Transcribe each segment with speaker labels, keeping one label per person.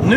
Speaker 1: Nu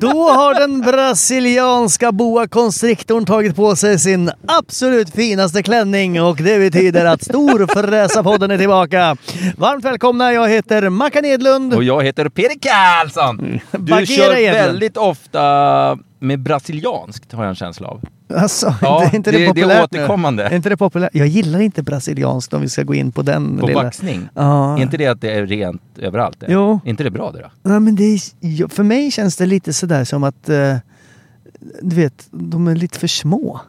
Speaker 2: Då har den brasilianska boa constrictorn tagit på sig sin absolut finaste klänning och det betyder att Storfräsarpodden är tillbaka. Varmt välkomna, jag heter Mackan Edlund.
Speaker 3: Och jag heter Peter Karlsson.
Speaker 2: Bagheera
Speaker 3: Mm. Du kör
Speaker 2: igen.
Speaker 3: väldigt ofta med brasilianskt, har jag en känsla av.
Speaker 2: Alltså,
Speaker 3: Ja,
Speaker 2: det är inte det,
Speaker 3: det- det är
Speaker 2: populärt nu?
Speaker 3: återkommande.
Speaker 2: Är inte det populärt? Jag gillar inte brasilianskt om vi ska gå in på den
Speaker 3: På
Speaker 2: lilla...
Speaker 3: baxning.
Speaker 2: Ja.
Speaker 3: Är inte det att det är rent överallt? det?
Speaker 2: Jo.
Speaker 3: Är inte det bra det då?
Speaker 2: Nej, men det är, ja, för mig känns det lite sådär som att, eh, du vet, de är lite för små.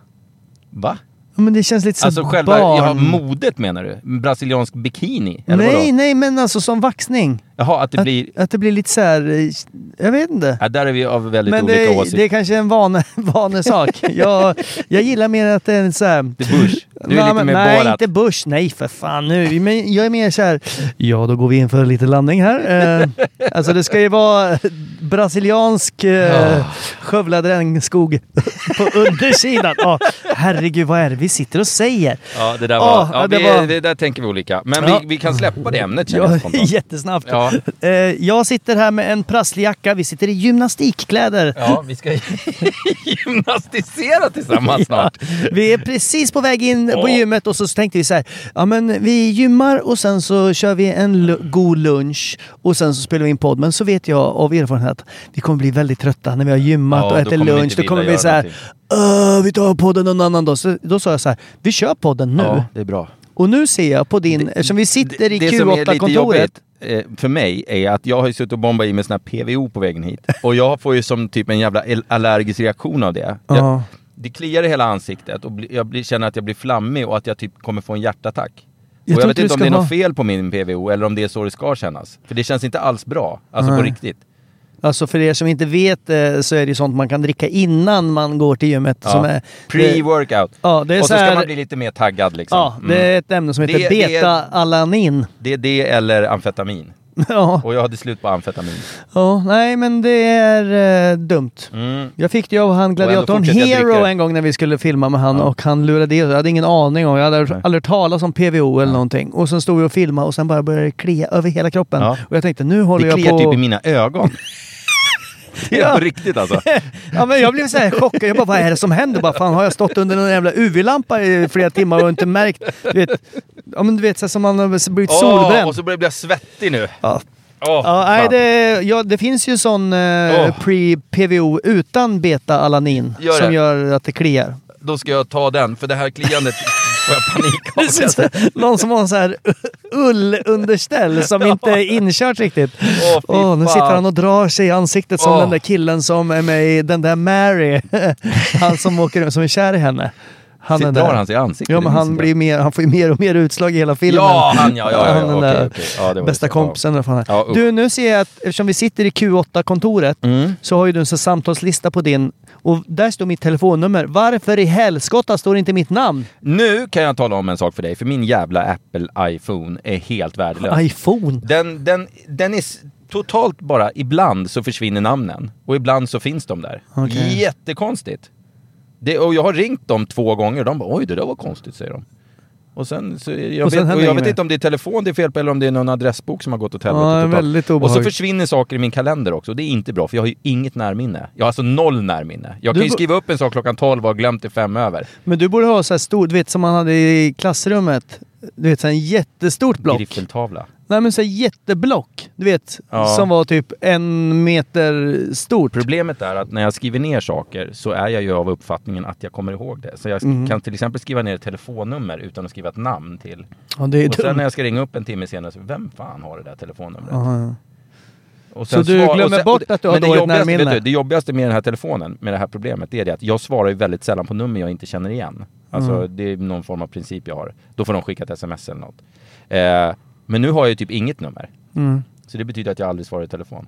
Speaker 3: Va?
Speaker 2: Ja, Men det känns lite så
Speaker 3: Alltså själva
Speaker 2: barn...
Speaker 3: ja, modet menar du? Brasiliansk bikini? Eller
Speaker 2: Nej,
Speaker 3: vadå?
Speaker 2: nej, men alltså som vaxning.
Speaker 3: Jaha, att det
Speaker 2: Att,
Speaker 3: blir...
Speaker 2: att det blir lite så här, eh, jag vet inte.
Speaker 3: Ja, där är vi av väldigt
Speaker 2: Men
Speaker 3: olika
Speaker 2: det,
Speaker 3: åsikter.
Speaker 2: det är kanske en vane, vanesak. jag, jag gillar mer att det är en så här...
Speaker 3: Det är Bush. Du är
Speaker 2: Nej,
Speaker 3: lite
Speaker 2: men-
Speaker 3: mer
Speaker 2: Nej,
Speaker 3: Borat.
Speaker 2: inte Bush. Nej, för fan nu. Men jag är mer så här... Ja, då går vi in för lite landning här. Eh, alltså det ska ju vara brasiliansk eh, skövlad regnskog på undersidan. Ja, herregud, vad är det vi sitter och säger?
Speaker 3: Ja, det där var...
Speaker 2: Åh,
Speaker 3: ja,
Speaker 2: det
Speaker 3: vi,
Speaker 2: var-
Speaker 3: Det där tänker vi olika. Men
Speaker 2: Ja.
Speaker 3: vi, vi kan släppa det ämnet känner
Speaker 2: Ja,
Speaker 3: jag spontant.
Speaker 2: jättesnabbt.
Speaker 3: Ja.
Speaker 2: Eh, jag sitter här med en prasslig jacka. Vi sitter i gymnastikkläder.
Speaker 3: Ja, vi ska gymnastisera tillsammans snart.
Speaker 2: Vi är precis på väg in på
Speaker 3: Ja.
Speaker 2: gymmet och så tänkte vi så här, ja men vi gymmar och sen så kör vi en lu- god lunch och sen så spelar vi in podd. Men så vet jag av erfarenhet att vi kommer bli väldigt trötta när vi har gymmat
Speaker 3: Ja,
Speaker 2: och
Speaker 3: då
Speaker 2: ätit
Speaker 3: kommer vi
Speaker 2: lunch.
Speaker 3: inte
Speaker 2: Då kommer
Speaker 3: vilja
Speaker 2: vi så
Speaker 3: göra
Speaker 2: här, "Öh, vi tar podden någon annan dag. Så, då sa jag så här, vi kör podden nu.
Speaker 3: Ja, det är bra.
Speaker 2: Och nu ser jag på din, eftersom vi sitter i
Speaker 3: det som är lite
Speaker 2: Q8-kontoret.
Speaker 3: jobbigt, eh, för mig är att jag har ju suttit och bombat i med sån här PVO på vägen hit. Och jag får ju som typ en jävla el- allergisk reaktion av det. Jag,
Speaker 2: Ja.
Speaker 3: det kliar i hela ansiktet och bli, jag blir, känner att jag blir flammig och att jag typ kommer få en hjärtattack.
Speaker 2: Jag
Speaker 3: och
Speaker 2: tror
Speaker 3: jag
Speaker 2: inte
Speaker 3: vet
Speaker 2: du
Speaker 3: inte om
Speaker 2: ska
Speaker 3: det är
Speaker 2: ha-
Speaker 3: något fel på min PVO eller om det är så det ska kännas. För det känns inte alls bra. Alltså på
Speaker 2: Nej.
Speaker 3: riktigt.
Speaker 2: Alltså för er som inte vet eh, så är det ju sånt man kan dricka innan man går till gymmet.
Speaker 3: Ja.
Speaker 2: Som är,
Speaker 3: Pre-workout.
Speaker 2: Ja, det är
Speaker 3: och
Speaker 2: så
Speaker 3: så,
Speaker 2: här-
Speaker 3: ska man bli lite mer taggad liksom.
Speaker 2: Ja, det
Speaker 3: Mm.
Speaker 2: är ett ämne som heter
Speaker 3: Det- det är-
Speaker 2: beta-alanin.
Speaker 3: det är det eller amfetamin.
Speaker 2: Ja.
Speaker 3: Och jag hade slut på amfetamin.
Speaker 2: ja, nej men det är eh, dumt. Jag fick det av han gladiatorn
Speaker 3: Mm. fortsätter jag
Speaker 2: Hero
Speaker 3: dricka.
Speaker 2: en gång när vi skulle filma med han och han lurade i oss. Jag hade ingen aning om, jag hade aldrig hört talas om PVO eller någonting. Och sen stod vi och filmade och sen bara började det klia över hela kroppen.
Speaker 3: Ja.
Speaker 2: Och jag tänkte nu håller
Speaker 3: Det
Speaker 2: jag
Speaker 3: kliar
Speaker 2: på...
Speaker 3: typ i mina ögon. Det är
Speaker 2: Ja.
Speaker 3: på riktigt alltså.
Speaker 2: Ja, men jag blev så här chockad. Jag bara, vad är det som händer? Bara, fan, har jag stått under någon jävla UV-lampa i flera timmar och inte märkt? Du vet, ja, men du vet så här, som man har blivit
Speaker 3: Åh,
Speaker 2: solbränd.
Speaker 3: och så börjar jag bli svettig nu.
Speaker 2: Ja.
Speaker 3: Åh,
Speaker 2: Ja, nej,
Speaker 3: fan.
Speaker 2: det, ja, det finns ju sån eh,
Speaker 3: Åh.
Speaker 2: pre-PVO utan beta-alanin
Speaker 3: Gör
Speaker 2: som
Speaker 3: det.
Speaker 2: gör att det kliar.
Speaker 3: Då ska jag ta den, för det här kliandet får jag panik av.
Speaker 2: Det ser ut som någon som har en så här ullunderställ som inte är inkört riktigt.
Speaker 3: Åh, fy
Speaker 2: Åh, nu
Speaker 3: fan.
Speaker 2: sitter han och drar sig i ansiktet som
Speaker 3: Åh.
Speaker 2: den där killen som är med i den där Mary. Han som åker runt, som är kär i henne. Han
Speaker 3: Sitter-
Speaker 2: den där-
Speaker 3: drar han sig i ansiktet?
Speaker 2: Ja, men
Speaker 3: Det
Speaker 2: han,
Speaker 3: minns
Speaker 2: blir mer, han får ju mer och mer utslag i hela filmen.
Speaker 3: Ja, han, ja, ja, ja,
Speaker 2: Han den
Speaker 3: okej,
Speaker 2: där
Speaker 3: okej. Ja, det var
Speaker 2: bästa
Speaker 3: det. Ja.
Speaker 2: kompisen. eller vad fan
Speaker 3: Ja,
Speaker 2: han
Speaker 3: usch. Mm.
Speaker 2: är. du, nu ser jag att eftersom vi sitter i Q8-kontoret så har ju du en sån samtalslista på din och där står mitt telefonnummer. Varför i helskotta står inte mitt namn?
Speaker 3: Nu kan jag tala om en sak för dig, för min jävla Apple-iPhone är helt värdelös.
Speaker 2: iPhone.
Speaker 3: Den, den, den är s- totalt bara, ibland så försvinner namnen och ibland så finns de där.
Speaker 2: Okej.
Speaker 3: Jättekonstigt. Det, och jag har ringt dem två gånger och de bara oj det där var konstigt säger de. Och sen, så jag
Speaker 2: Och sen
Speaker 3: vet,
Speaker 2: händer
Speaker 3: och jag
Speaker 2: inget
Speaker 3: vet
Speaker 2: mer.
Speaker 3: inte om det är telefon det är fel på eller om det är någon adressbok som har gått åt helvete
Speaker 2: Ja, det är
Speaker 3: totalt.
Speaker 2: väldigt
Speaker 3: Och så
Speaker 2: obehagligt.
Speaker 3: försvinner saker i min kalender också, det är inte bra för jag har ju inget närminne. Jag har alltså noll närminne. Jag
Speaker 2: Du
Speaker 3: kan ju
Speaker 2: bo-
Speaker 3: skriva upp en sak klockan 12 och ha glömt det fem över.
Speaker 2: Men du borde ha så här stor, du vet som man hade i klassrummet. Du vet, så här en jättestort block.
Speaker 3: Griffeltavla.
Speaker 2: Nej men så här jätteblock. Du vet,
Speaker 3: Ja.
Speaker 2: som var typ en meter stort.
Speaker 3: Problemet är att när jag skriver ner saker så är jag ju av uppfattningen att jag kommer ihåg det. Så jag sk-
Speaker 2: Mm.
Speaker 3: kan till exempel skriva ner ett telefonnummer utan att skriva ett namn till.
Speaker 2: Ja, det är
Speaker 3: Och sen
Speaker 2: dumt.
Speaker 3: när jag ska ringa upp en timme senare, så vem fan har det där telefonnumret?
Speaker 2: Ja, ja.
Speaker 3: Och
Speaker 2: Så du glömmer bort att du har
Speaker 3: men det
Speaker 2: dåligt
Speaker 3: jobbigaste-
Speaker 2: närminne?
Speaker 3: vet du, Det jobbigaste med den här telefonen, med det här problemet, det är det att jag svarar ju väldigt sällan på nummer jag inte känner igen. Alltså
Speaker 2: Mm.
Speaker 3: det är någon form av princip jag har. Då får de skicka ett sms eller något. Eh, men nu har jag ju typ inget nummer.
Speaker 2: Mm.
Speaker 3: Så det betyder att jag aldrig svarar i telefon.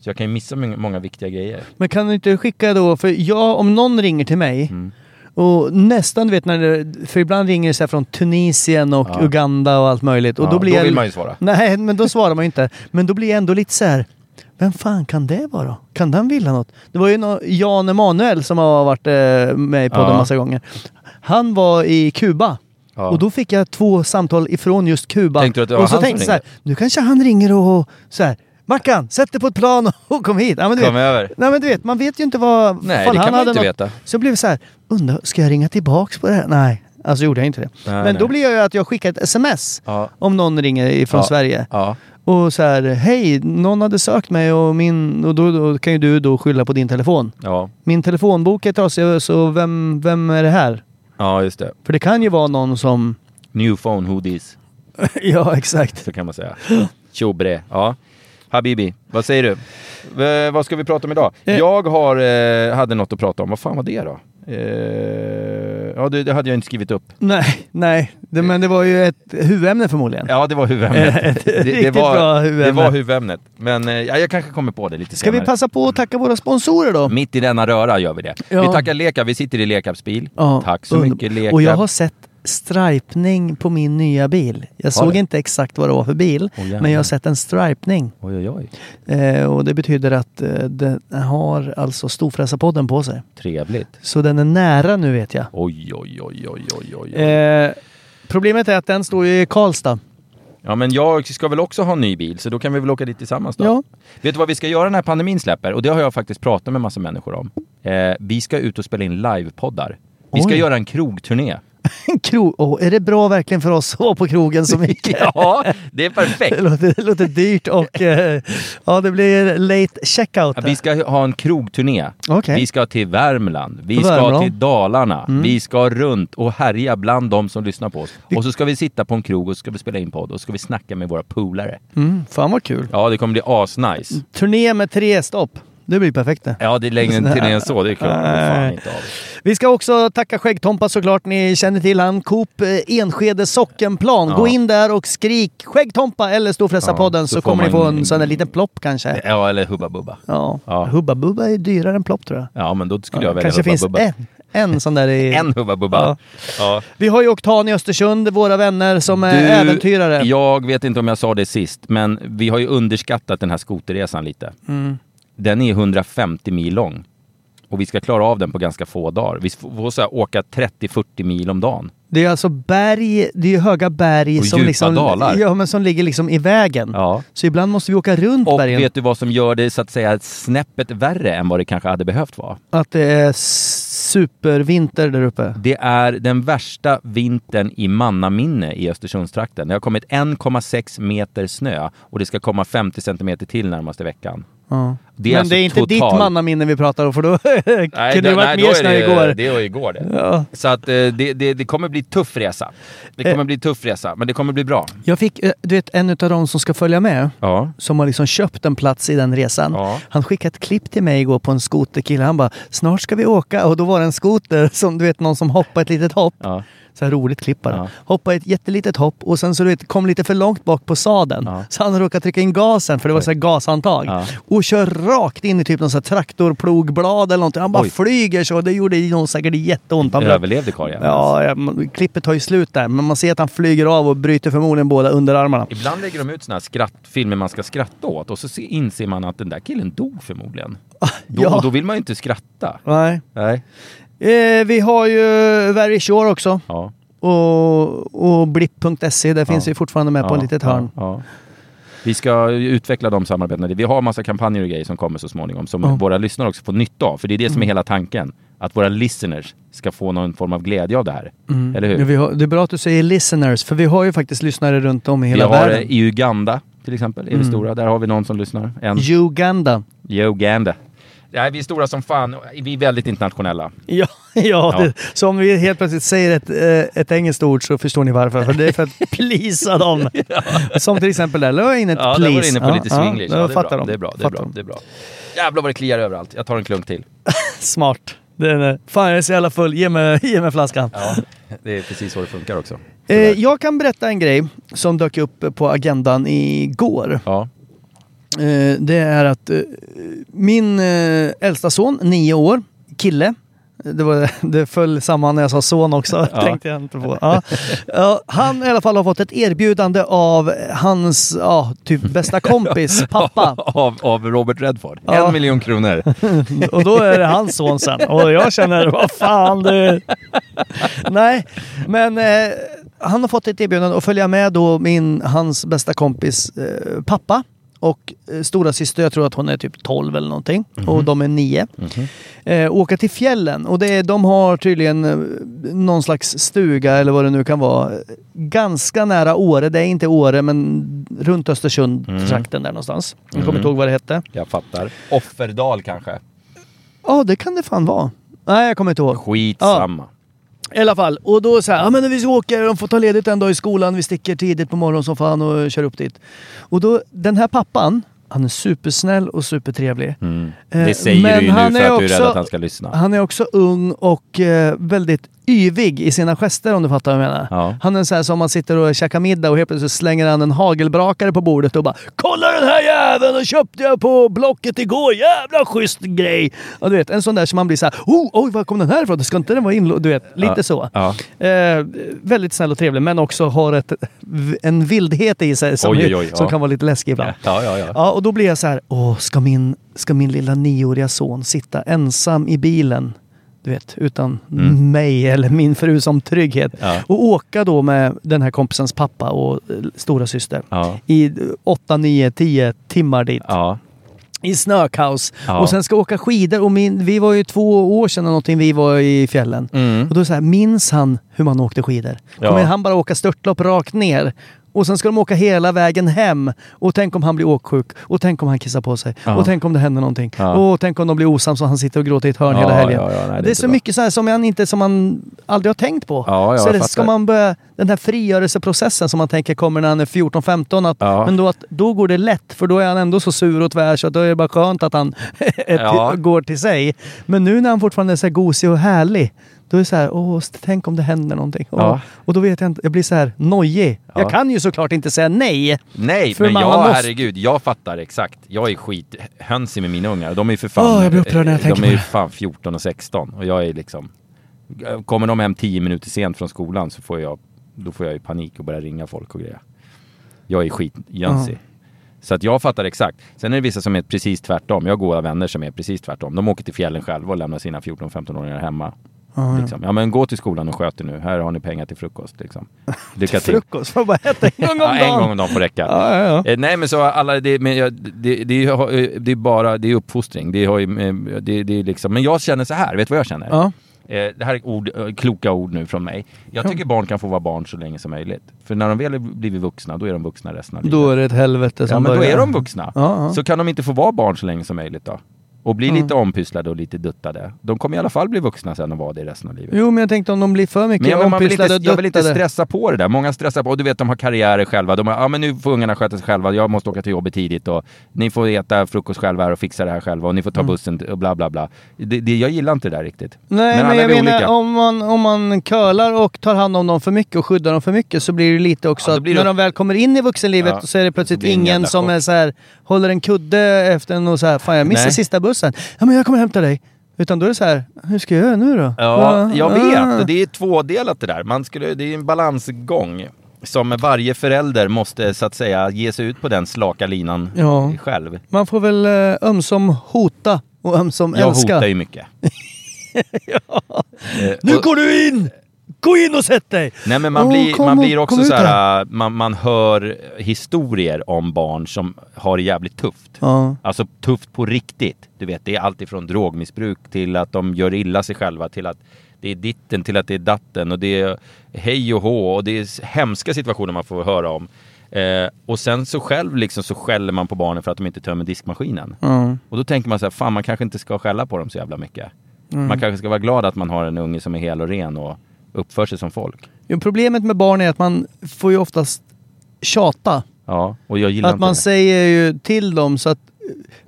Speaker 3: Så jag kan ju missa många- många viktiga grejer.
Speaker 2: Men kan du inte skicka då, för jag, om någon ringer till mig
Speaker 3: Mm.
Speaker 2: och nästan du vet när det, för ibland ringer det så här från Tunisien och
Speaker 3: Ja.
Speaker 2: Uganda och allt möjligt. Och
Speaker 3: Ja,
Speaker 2: då, blir
Speaker 3: då
Speaker 2: jag,
Speaker 3: vill man ju svara.
Speaker 2: Nej, men då svarar man ju inte. Men då blir jag ändå lite så här, vem fan kan det vara? Kan den vilja något? Det var ju nå- Jan Emanuel som har varit eh, med i podden
Speaker 3: Ja.
Speaker 2: massa gånger. Han var i Kuba.
Speaker 3: Ja.
Speaker 2: Och då fick jag två samtal ifrån just Kuba.
Speaker 3: Tänkte du att det var
Speaker 2: och så
Speaker 3: han som
Speaker 2: tänkte jag så här,
Speaker 3: ringde?
Speaker 2: nu kanske han ringer och så här, Mackan, sätt dig på ett plan och kom hit. Ja, men du
Speaker 3: Kom
Speaker 2: vet.
Speaker 3: över.
Speaker 2: Nej men du vet, man vet ju inte vad...
Speaker 3: Nej,
Speaker 2: fall
Speaker 3: det kan
Speaker 2: han
Speaker 3: man
Speaker 2: hade
Speaker 3: inte
Speaker 2: något.
Speaker 3: veta.
Speaker 2: Så blev det så här, undrar, ska jag ringa tillbaks på det här? Nej, alltså gjorde jag inte det.
Speaker 3: Nej,
Speaker 2: men
Speaker 3: nej.
Speaker 2: då blir jag ju att jag skickar ett sms
Speaker 3: Ja.
Speaker 2: om någon ringer från
Speaker 3: Ja,
Speaker 2: Sverige.
Speaker 3: ja.
Speaker 2: Och så här, hej, någon hade sökt mig och, min, och då, då kan ju du då skylla på din telefon.
Speaker 3: Ja,
Speaker 2: Min telefonbok är trasig, så vem, vem är det här?
Speaker 3: ja just det.
Speaker 2: För det kan ju vara någon som...
Speaker 3: New phone who this,
Speaker 2: ja, exakt.
Speaker 3: så kan man säga. Tjobre, ja. Habibi, vad säger du? V- vad ska vi prata om idag?
Speaker 2: Eh.
Speaker 3: Jag har, eh, hade något att prata om, vad fan var det då? Eh, ja, det, det hade jag inte skrivit upp.
Speaker 2: Nej, nej. Det, men det var ju ett huvudämne förmodligen.
Speaker 3: Ja, det var huvudämnet. det, det,
Speaker 2: riktigt bra
Speaker 3: var,
Speaker 2: huvudämne.
Speaker 3: det var huvudämnet. Men eh, ja, jag kanske kommer på det lite
Speaker 2: Ska vi
Speaker 3: senare.
Speaker 2: passa på att tacka våra sponsorer då?
Speaker 3: Mitt i denna röra gör vi det.
Speaker 2: Ja.
Speaker 3: Vi tackar Lekab, vi sitter i Lekabs bil.
Speaker 2: Ja,
Speaker 3: Tack så
Speaker 2: underbart.
Speaker 3: mycket Lekab.
Speaker 2: Och jag har sett stripning på min nya bil. Jag såg
Speaker 3: du?
Speaker 2: inte exakt vad det var för bil,
Speaker 3: jävlar.
Speaker 2: men jag har sett en stripning.
Speaker 3: Oj, oj, oj.
Speaker 2: Eh, och det betyder att eh, den har alltså Storfräsarpodden på sig.
Speaker 3: Trevligt.
Speaker 2: Så den är nära nu vet jag.
Speaker 3: Oj, oj, oj, oj, oj, oj.
Speaker 2: Eh, problemet är att den står ju i Karlstad.
Speaker 3: Ja, men jag ska väl också ha en ny bil, så då kan vi väl åka dit tillsammans då.
Speaker 2: Ja.
Speaker 3: Vet du vad vi ska göra när pandemin släpper? Och det har jag faktiskt pratat med massa människor om. Eh, vi ska ut och spela in livepoddar. Vi ska
Speaker 2: Oj.
Speaker 3: göra en krogturné.
Speaker 2: En krog. Åh, är det bra verkligen för oss att vara på krogen så mycket?
Speaker 3: Ja, det är
Speaker 2: Det
Speaker 3: perfekt!
Speaker 2: låter, det låter dyrt och eh, ja, det blir late checkout.
Speaker 3: Ja, Vi ska ha en krogturné.
Speaker 2: Okej.
Speaker 3: Vi ska till Värmland, vi ska
Speaker 2: Värmland.
Speaker 3: till Dalarna, vi ska runt och härja bland de som lyssnar på oss. Och så ska vi sitta på en krog och så ska vi spela in podd och så ska vi snacka med våra polare.
Speaker 2: Fan vad kul.
Speaker 3: Ja, det kommer bli asnice.
Speaker 2: Turné med tre stopp. Det blir perfekt det.
Speaker 3: Ja, det är längre till än så, det klarar vi fan inte av.
Speaker 2: Vi ska också tacka Skäggtompa såklart. Ni känner till han. Coop eh, Enskede Sockenplan. Gå
Speaker 3: Ja.
Speaker 2: in där och skrik Skäggtompa eller Storfräsarpodden
Speaker 3: Ja,
Speaker 2: så,
Speaker 3: så får
Speaker 2: kommer ni få
Speaker 3: man-
Speaker 2: en sån där liten plopp kanske.
Speaker 3: Ja, eller Hubba Bubba.
Speaker 2: Ja.
Speaker 3: Ja.
Speaker 2: Hubba Bubba är dyrare än plopp tror jag.
Speaker 3: Ja, men då skulle jag välja
Speaker 2: kanske
Speaker 3: Hubba
Speaker 2: finns
Speaker 3: Bubba.
Speaker 2: en, en sån där i...
Speaker 3: En Hubba Bubba.
Speaker 2: Ja.
Speaker 3: Ja.
Speaker 2: Vi har ju Oktan i Östersund, våra vänner som är
Speaker 3: Du,
Speaker 2: äventyrare.
Speaker 3: Jag vet inte om jag sa det sist, men vi har ju underskattat den här skoterresan lite.
Speaker 2: Mm.
Speaker 3: Den är 150 mil lång. Och vi ska klara av den på ganska få dagar. Vi får så här, åka 30-40 mil om dagen.
Speaker 2: Det är alltså berg, det är ju höga berg
Speaker 3: Och
Speaker 2: som,
Speaker 3: djupa
Speaker 2: liksom,
Speaker 3: dalar.
Speaker 2: Ja, men som ligger liksom i vägen.
Speaker 3: Ja.
Speaker 2: Så ibland måste vi åka runt
Speaker 3: Och
Speaker 2: bergen.
Speaker 3: vet du vad som gör det så att säga snäppet värre än vad det kanske hade behövt vara?
Speaker 2: Att det är s- supervinter där uppe.
Speaker 3: Det är den värsta vintern i mannaminne i Östersundstrakten. Det har kommit 1,6 meter snö och det ska komma 50 centimeter till närmaste veckan.
Speaker 2: Ja.
Speaker 3: Det är
Speaker 2: Men
Speaker 3: alltså
Speaker 2: det är inte ditt
Speaker 3: total-
Speaker 2: mannaminne vi pratar om för då
Speaker 3: Nej,
Speaker 2: kunde det
Speaker 3: då-
Speaker 2: varit
Speaker 3: nej,
Speaker 2: mer
Speaker 3: då är
Speaker 2: snö
Speaker 3: det-
Speaker 2: igår.
Speaker 3: Det var igår det.
Speaker 2: Ja.
Speaker 3: Så att eh, det, det, det kommer bli tuff resa. Det
Speaker 2: Eh.
Speaker 3: kommer bli tuff resa, men det kommer bli bra.
Speaker 2: Jag fick, eh, du vet, en av de som ska följa med.
Speaker 3: Ja.
Speaker 2: som har liksom köpt en plats i den resan.
Speaker 3: Ja.
Speaker 2: Han skickade ett klipp till mig igår på en skoterkille. Han bara, snart ska vi åka. Och då var det en skoter som, du vet, någon som hoppade ett litet hopp.
Speaker 3: Ja.
Speaker 2: Så här roligt klipp bara.
Speaker 3: Ja.
Speaker 2: Hoppade ett jättelitet hopp och sen så du vet, kom lite för långt bak på sadeln.
Speaker 3: Ja.
Speaker 2: Så han råkade trycka in gasen, för det var så här gashandtag.
Speaker 3: Ja.
Speaker 2: Och kör rakt in i typ någon så här traktorplogblad eller någonting. Han bara
Speaker 3: Oj.
Speaker 2: flyger så. Det gjorde ju säkert jätteont. Han blev-
Speaker 3: Överlevde karln?
Speaker 2: Ja, ja, m- klippet tar ju slut där. Men man ser att han flyger av och bryter förmodligen båda underarmarna.
Speaker 3: Ibland lägger de ut såna här skrattfilmer man ska skratta åt och så se- inser man att den där killen dog förmodligen. Då,
Speaker 2: ja.
Speaker 3: Och då vill man ju inte skratta.
Speaker 2: Nej.
Speaker 3: Nej.
Speaker 2: Eh, vi har ju Very Shore också.
Speaker 3: Ja.
Speaker 2: Och, och blipp.se, där finns vi fortfarande med på
Speaker 3: ja,
Speaker 2: ett litet hörn.
Speaker 3: Ja, ja. Vi ska utveckla de samarbetena. Vi har massa kampanjer och grejer som kommer så småningom som
Speaker 2: Ja. Mm.
Speaker 3: våra lyssnare också får nytta av. För det är det som är hela tanken. Att våra listeners ska få någon form av glädje av det här. Eller hur?
Speaker 2: Ja, vi har, det är bra att du säger listeners, för vi har ju faktiskt lyssnare runt om i
Speaker 3: Vi
Speaker 2: hela
Speaker 3: har
Speaker 2: världen. Mm.
Speaker 3: eh, i Uganda till exempel, är vi stora. Där har vi någon som lyssnar. En.
Speaker 2: Uganda.
Speaker 3: I Uganda. Nej, vi är stora som fan. Vi är väldigt internationella.
Speaker 2: Ja, ja, Det, så om vi helt plötsligt säger ett, eh, ett engelskt ord så förstår ni varför. För det är för att plisa dem. Som till exempel där, la jag in ett
Speaker 3: Ja,
Speaker 2: please.
Speaker 3: där var du inne på lite swinglish.
Speaker 2: Ja,
Speaker 3: Ja,
Speaker 2: ja,
Speaker 3: det, är
Speaker 2: fattar
Speaker 3: bra.
Speaker 2: de.
Speaker 3: det är bra. Det är
Speaker 2: Fattar
Speaker 3: bra.
Speaker 2: de.
Speaker 3: Det är bra. Jävlar vad det kliar överallt. Jag tar en klunk till.
Speaker 2: Smart. Den är, fan, jag är så jävla full. Ge mig, ge mig flaskan.
Speaker 3: Ja, det är precis så det funkar också.
Speaker 2: Eh, jag kan berätta en grej som dök upp på agendan igår.
Speaker 3: Ja.
Speaker 2: Eh, det är att eh, min eh, äldsta son, nio år, kille. eh, Det, var, det föll samman när jag sa son också. Tänkte jag inte på. Ja. Ja, han i alla fall har fått ett erbjudande av hans ja, typ bästa kompis pappa.
Speaker 3: Av, av Robert Redford.
Speaker 2: Ja.
Speaker 3: En miljon kronor.
Speaker 2: Och då är det hans son sen. Och jag känner, vad fan du. Nej, men eh, han har fått ett erbjudande att följa med då min, hans bästa kompis eh, pappa. Och eh, stora syster, jag tror att hon är typ 12 eller någonting. Och de är 9. Eh, åka till fjällen. Och det är, de har tydligen eh, någon slags stuga eller vad det nu kan vara. Ganska nära Åre. Det är inte Åre men runt Östersund-trakten där någonstans. Jag kommer inte ihåg vad det hette.
Speaker 3: Jag fattar. Offerdal kanske.
Speaker 2: Ja, det kan det fan vara. Nej, jag kommer inte ihåg.
Speaker 3: Skitsamma.
Speaker 2: I alla fall. Och då så här, ja men vi ska åka, de får ta ledigt en dag i skolan, vi sticker tidigt på morgonen som fan och kör upp dit. Och då, den här pappan, han är supersnäll och supertrevlig. Eh,
Speaker 3: Mm. Det säger
Speaker 2: men
Speaker 3: du ju
Speaker 2: han
Speaker 3: nu för att du är
Speaker 2: också-
Speaker 3: rädd att han ska lyssna.
Speaker 2: Han är också ung och eh, väldigt yvig i sina gester om du fattar vad jag menar.
Speaker 3: Ja.
Speaker 2: Han är så här som man sitter och käkar middag och helt plötsligt slänger han en hagelbrakare på bordet och bara “Kolla den här jäveln! Den köpte jag på Blocket igår! Jävla schysst grej!” och du vet, en sån där som man blir så här oh, “Oj, var kom den här ifrån? Ska inte den vara inlåst?” Du vet, lite så.
Speaker 3: Ja.
Speaker 2: Eh, väldigt snäll och trevlig men också har ett, en vildhet i sig som,
Speaker 3: Oj, oj, oj,
Speaker 2: som
Speaker 3: ja.
Speaker 2: kan vara lite läskig ibland.
Speaker 3: Ja, ja, ja.
Speaker 2: Ja, och då blir jag så här, åh, ska min, ska min lilla nioåriga son sitta ensam i bilen? Du vet, utan mig eller min fru som trygghet.
Speaker 3: Mm. Ja.
Speaker 2: Och åka då med den här kompisens pappa och eh, stora syster
Speaker 3: Ja.
Speaker 2: i 8, 9, 10 timmar dit.
Speaker 3: Ja.
Speaker 2: I snökaos.
Speaker 3: Ja.
Speaker 2: Och sen ska åka skidor. Och min, vi var ju två år sedan eller någonting, vi var i fjällen. Och då så här, minns han hur man åkte skidor?
Speaker 3: Mm. Ja.
Speaker 2: Kommer han bara åka störtlopp rakt ner? Och sen ska de åka hela vägen hem. Och tänk om han blir åksjuk. Och tänk om han kissar på sig. Och tänk om det händer någonting. Och tänk om de blir osams och han sitter och gråter i ett hörn
Speaker 3: Ja,
Speaker 2: hela helgen.
Speaker 3: ja, ja, nej, det är
Speaker 2: det är
Speaker 3: inte
Speaker 2: så
Speaker 3: bra.
Speaker 2: mycket så här som man, inte, som man aldrig har tänkt på.
Speaker 3: Ja, ja,
Speaker 2: så
Speaker 3: jag
Speaker 2: det,
Speaker 3: fattar.
Speaker 2: ska man börja, den här frigörelseprocessen som man tänker kommer när han är 14-15. Att,
Speaker 3: Ja.
Speaker 2: Men då, att, då går det lätt för då är han ändå så sur och tvär så att då är det bara skönt att han ett,
Speaker 3: Ja.
Speaker 2: går till sig. Men nu när han fortfarande är så här gosig och härlig. Då är det så här, åh, st- tänk om det händer någonting. Åh.
Speaker 3: Ja.
Speaker 2: Och då vet jag inte, jag blir så här nojig. Jag
Speaker 3: Ja.
Speaker 2: kan ju såklart inte säga nej.
Speaker 3: Nej,
Speaker 2: För
Speaker 3: men
Speaker 2: man-
Speaker 3: jag,
Speaker 2: man måste-
Speaker 3: herregud, jag fattar exakt. Jag är skithönsig med mina ungar. De är ju för fan...
Speaker 2: Åh, jag blir upprörd när jag tänker
Speaker 3: De
Speaker 2: på
Speaker 3: är ju
Speaker 2: det.
Speaker 3: fan 14 och 16 och jag är liksom... Kommer de hem 10 minuter sent från skolan så får jag... Då får jag ju panik och börjar ringa folk och grejer. Jag är skitjönsig. Så att jag fattar exakt. Sen är det vissa som är precis tvärtom. Jag har goda vänner som är precis tvärtom. De åker till fjällen själva och lämnar sina 14-15-åringar hemma. liksom. ja men gå till skolan och sköt er nu. Här har ni pengar till frukost. Liksom. Lycka till.
Speaker 2: Frukost, får jag bara äta en gång om
Speaker 3: Ja, en
Speaker 2: dagen.
Speaker 3: gång om dagen får räcka.
Speaker 2: Ja, ja,
Speaker 3: Eh, Nej men så alla, det, men jag, det, det, har- eh, det är bara, det är uppfostring. Det, har, ju, eh, det, det är liksom, men jag känner så här, vet du vad jag känner?
Speaker 2: ja.
Speaker 3: Eh, det här är ord, eh, kloka ord nu från mig. Jag tycker barn kan få vara barn så länge som möjligt. För när de väl har blivit vuxna, då är de vuxna resten av livet.
Speaker 2: Då är det ett helvete som
Speaker 3: Ja, men då
Speaker 2: börjar.
Speaker 3: är de vuxna.
Speaker 2: Ja, ja.
Speaker 3: Så kan de inte få vara barn så länge som möjligt då? Och bli lite ompysslade och lite duttade. De kommer i alla fall bli vuxna sen och vara det resten av livet.
Speaker 2: Jo, men jag tänkte om de blir för mycket
Speaker 3: Men jag, men man vill
Speaker 2: ompysslade
Speaker 3: inte,
Speaker 2: och
Speaker 3: jag vill inte
Speaker 2: duttade.
Speaker 3: stressa på det där. Många stressar på, och du vet de har karriärer själva. De har, ja men nu får ungarna sköta sig själva, jag måste åka till jobbet tidigt och ni får äta frukost själva här och fixa det här själva och ni får
Speaker 2: Mm.
Speaker 3: ta bussen och bla bla bla. Det, det, jag gillar inte det där riktigt.
Speaker 2: Nej, men,
Speaker 3: alla
Speaker 2: jag
Speaker 3: är
Speaker 2: menar
Speaker 3: olika.
Speaker 2: om man, om man curlar och tar hand om dem för mycket och skyddar dem för mycket så blir det lite också
Speaker 3: Ja, då
Speaker 2: att
Speaker 3: blir
Speaker 2: när
Speaker 3: det-
Speaker 2: de väl kommer in i vuxenlivet
Speaker 3: Ja,
Speaker 2: så är det plötsligt
Speaker 3: så blir det en
Speaker 2: ingen
Speaker 3: jävla
Speaker 2: som
Speaker 3: chock.
Speaker 2: är så här, håller en kudde efter en och så här, fan jag missade
Speaker 3: Nej.
Speaker 2: sista bussen. Ja, men jag kommer hämta dig. Utan då är det så här, hur ska jag göra nu då?
Speaker 3: Ja, jag
Speaker 2: ah.
Speaker 3: vet. Det är tvådelat det där. Man skulle, det är en balansgång som varje förälder måste så att säga ge sig ut på den slaka linan
Speaker 2: Ja.
Speaker 3: själv.
Speaker 2: Man får väl eh, ömsom hota och ömsom
Speaker 3: Jag
Speaker 2: älska.
Speaker 3: hotar ju mycket. Eh,
Speaker 2: Nu
Speaker 3: och-
Speaker 2: går du in! Gå in och sätt dig!
Speaker 3: Nej men man
Speaker 2: Åh,
Speaker 3: blir,
Speaker 2: kom
Speaker 3: man
Speaker 2: och-
Speaker 3: blir också
Speaker 2: kom ut
Speaker 3: så här, äh, man, man hör historier om barn som har det jävligt tufft.
Speaker 2: Ja.
Speaker 3: Alltså tufft på riktigt. Du vet, det är allt ifrån drogmissbruk till att de gör illa sig själva till att det är ditten till att det är datten och det är hej och hå och det är hemska situationer man får höra om. Eh, och sen så själv liksom så skäller man på barnen för att de inte tömmer diskmaskinen. Och då tänker man så här, fan man kanske inte ska skälla på dem så jävla mycket.
Speaker 2: Mm.
Speaker 3: Man kanske ska vara glad att man har en unge som är hel och ren och uppför sig som folk.
Speaker 2: Jo, problemet med barn är att man får ju oftast tjata.
Speaker 3: Ja, och jag gillar
Speaker 2: Att
Speaker 3: inte
Speaker 2: man
Speaker 3: det.
Speaker 2: säger ju till dem så att...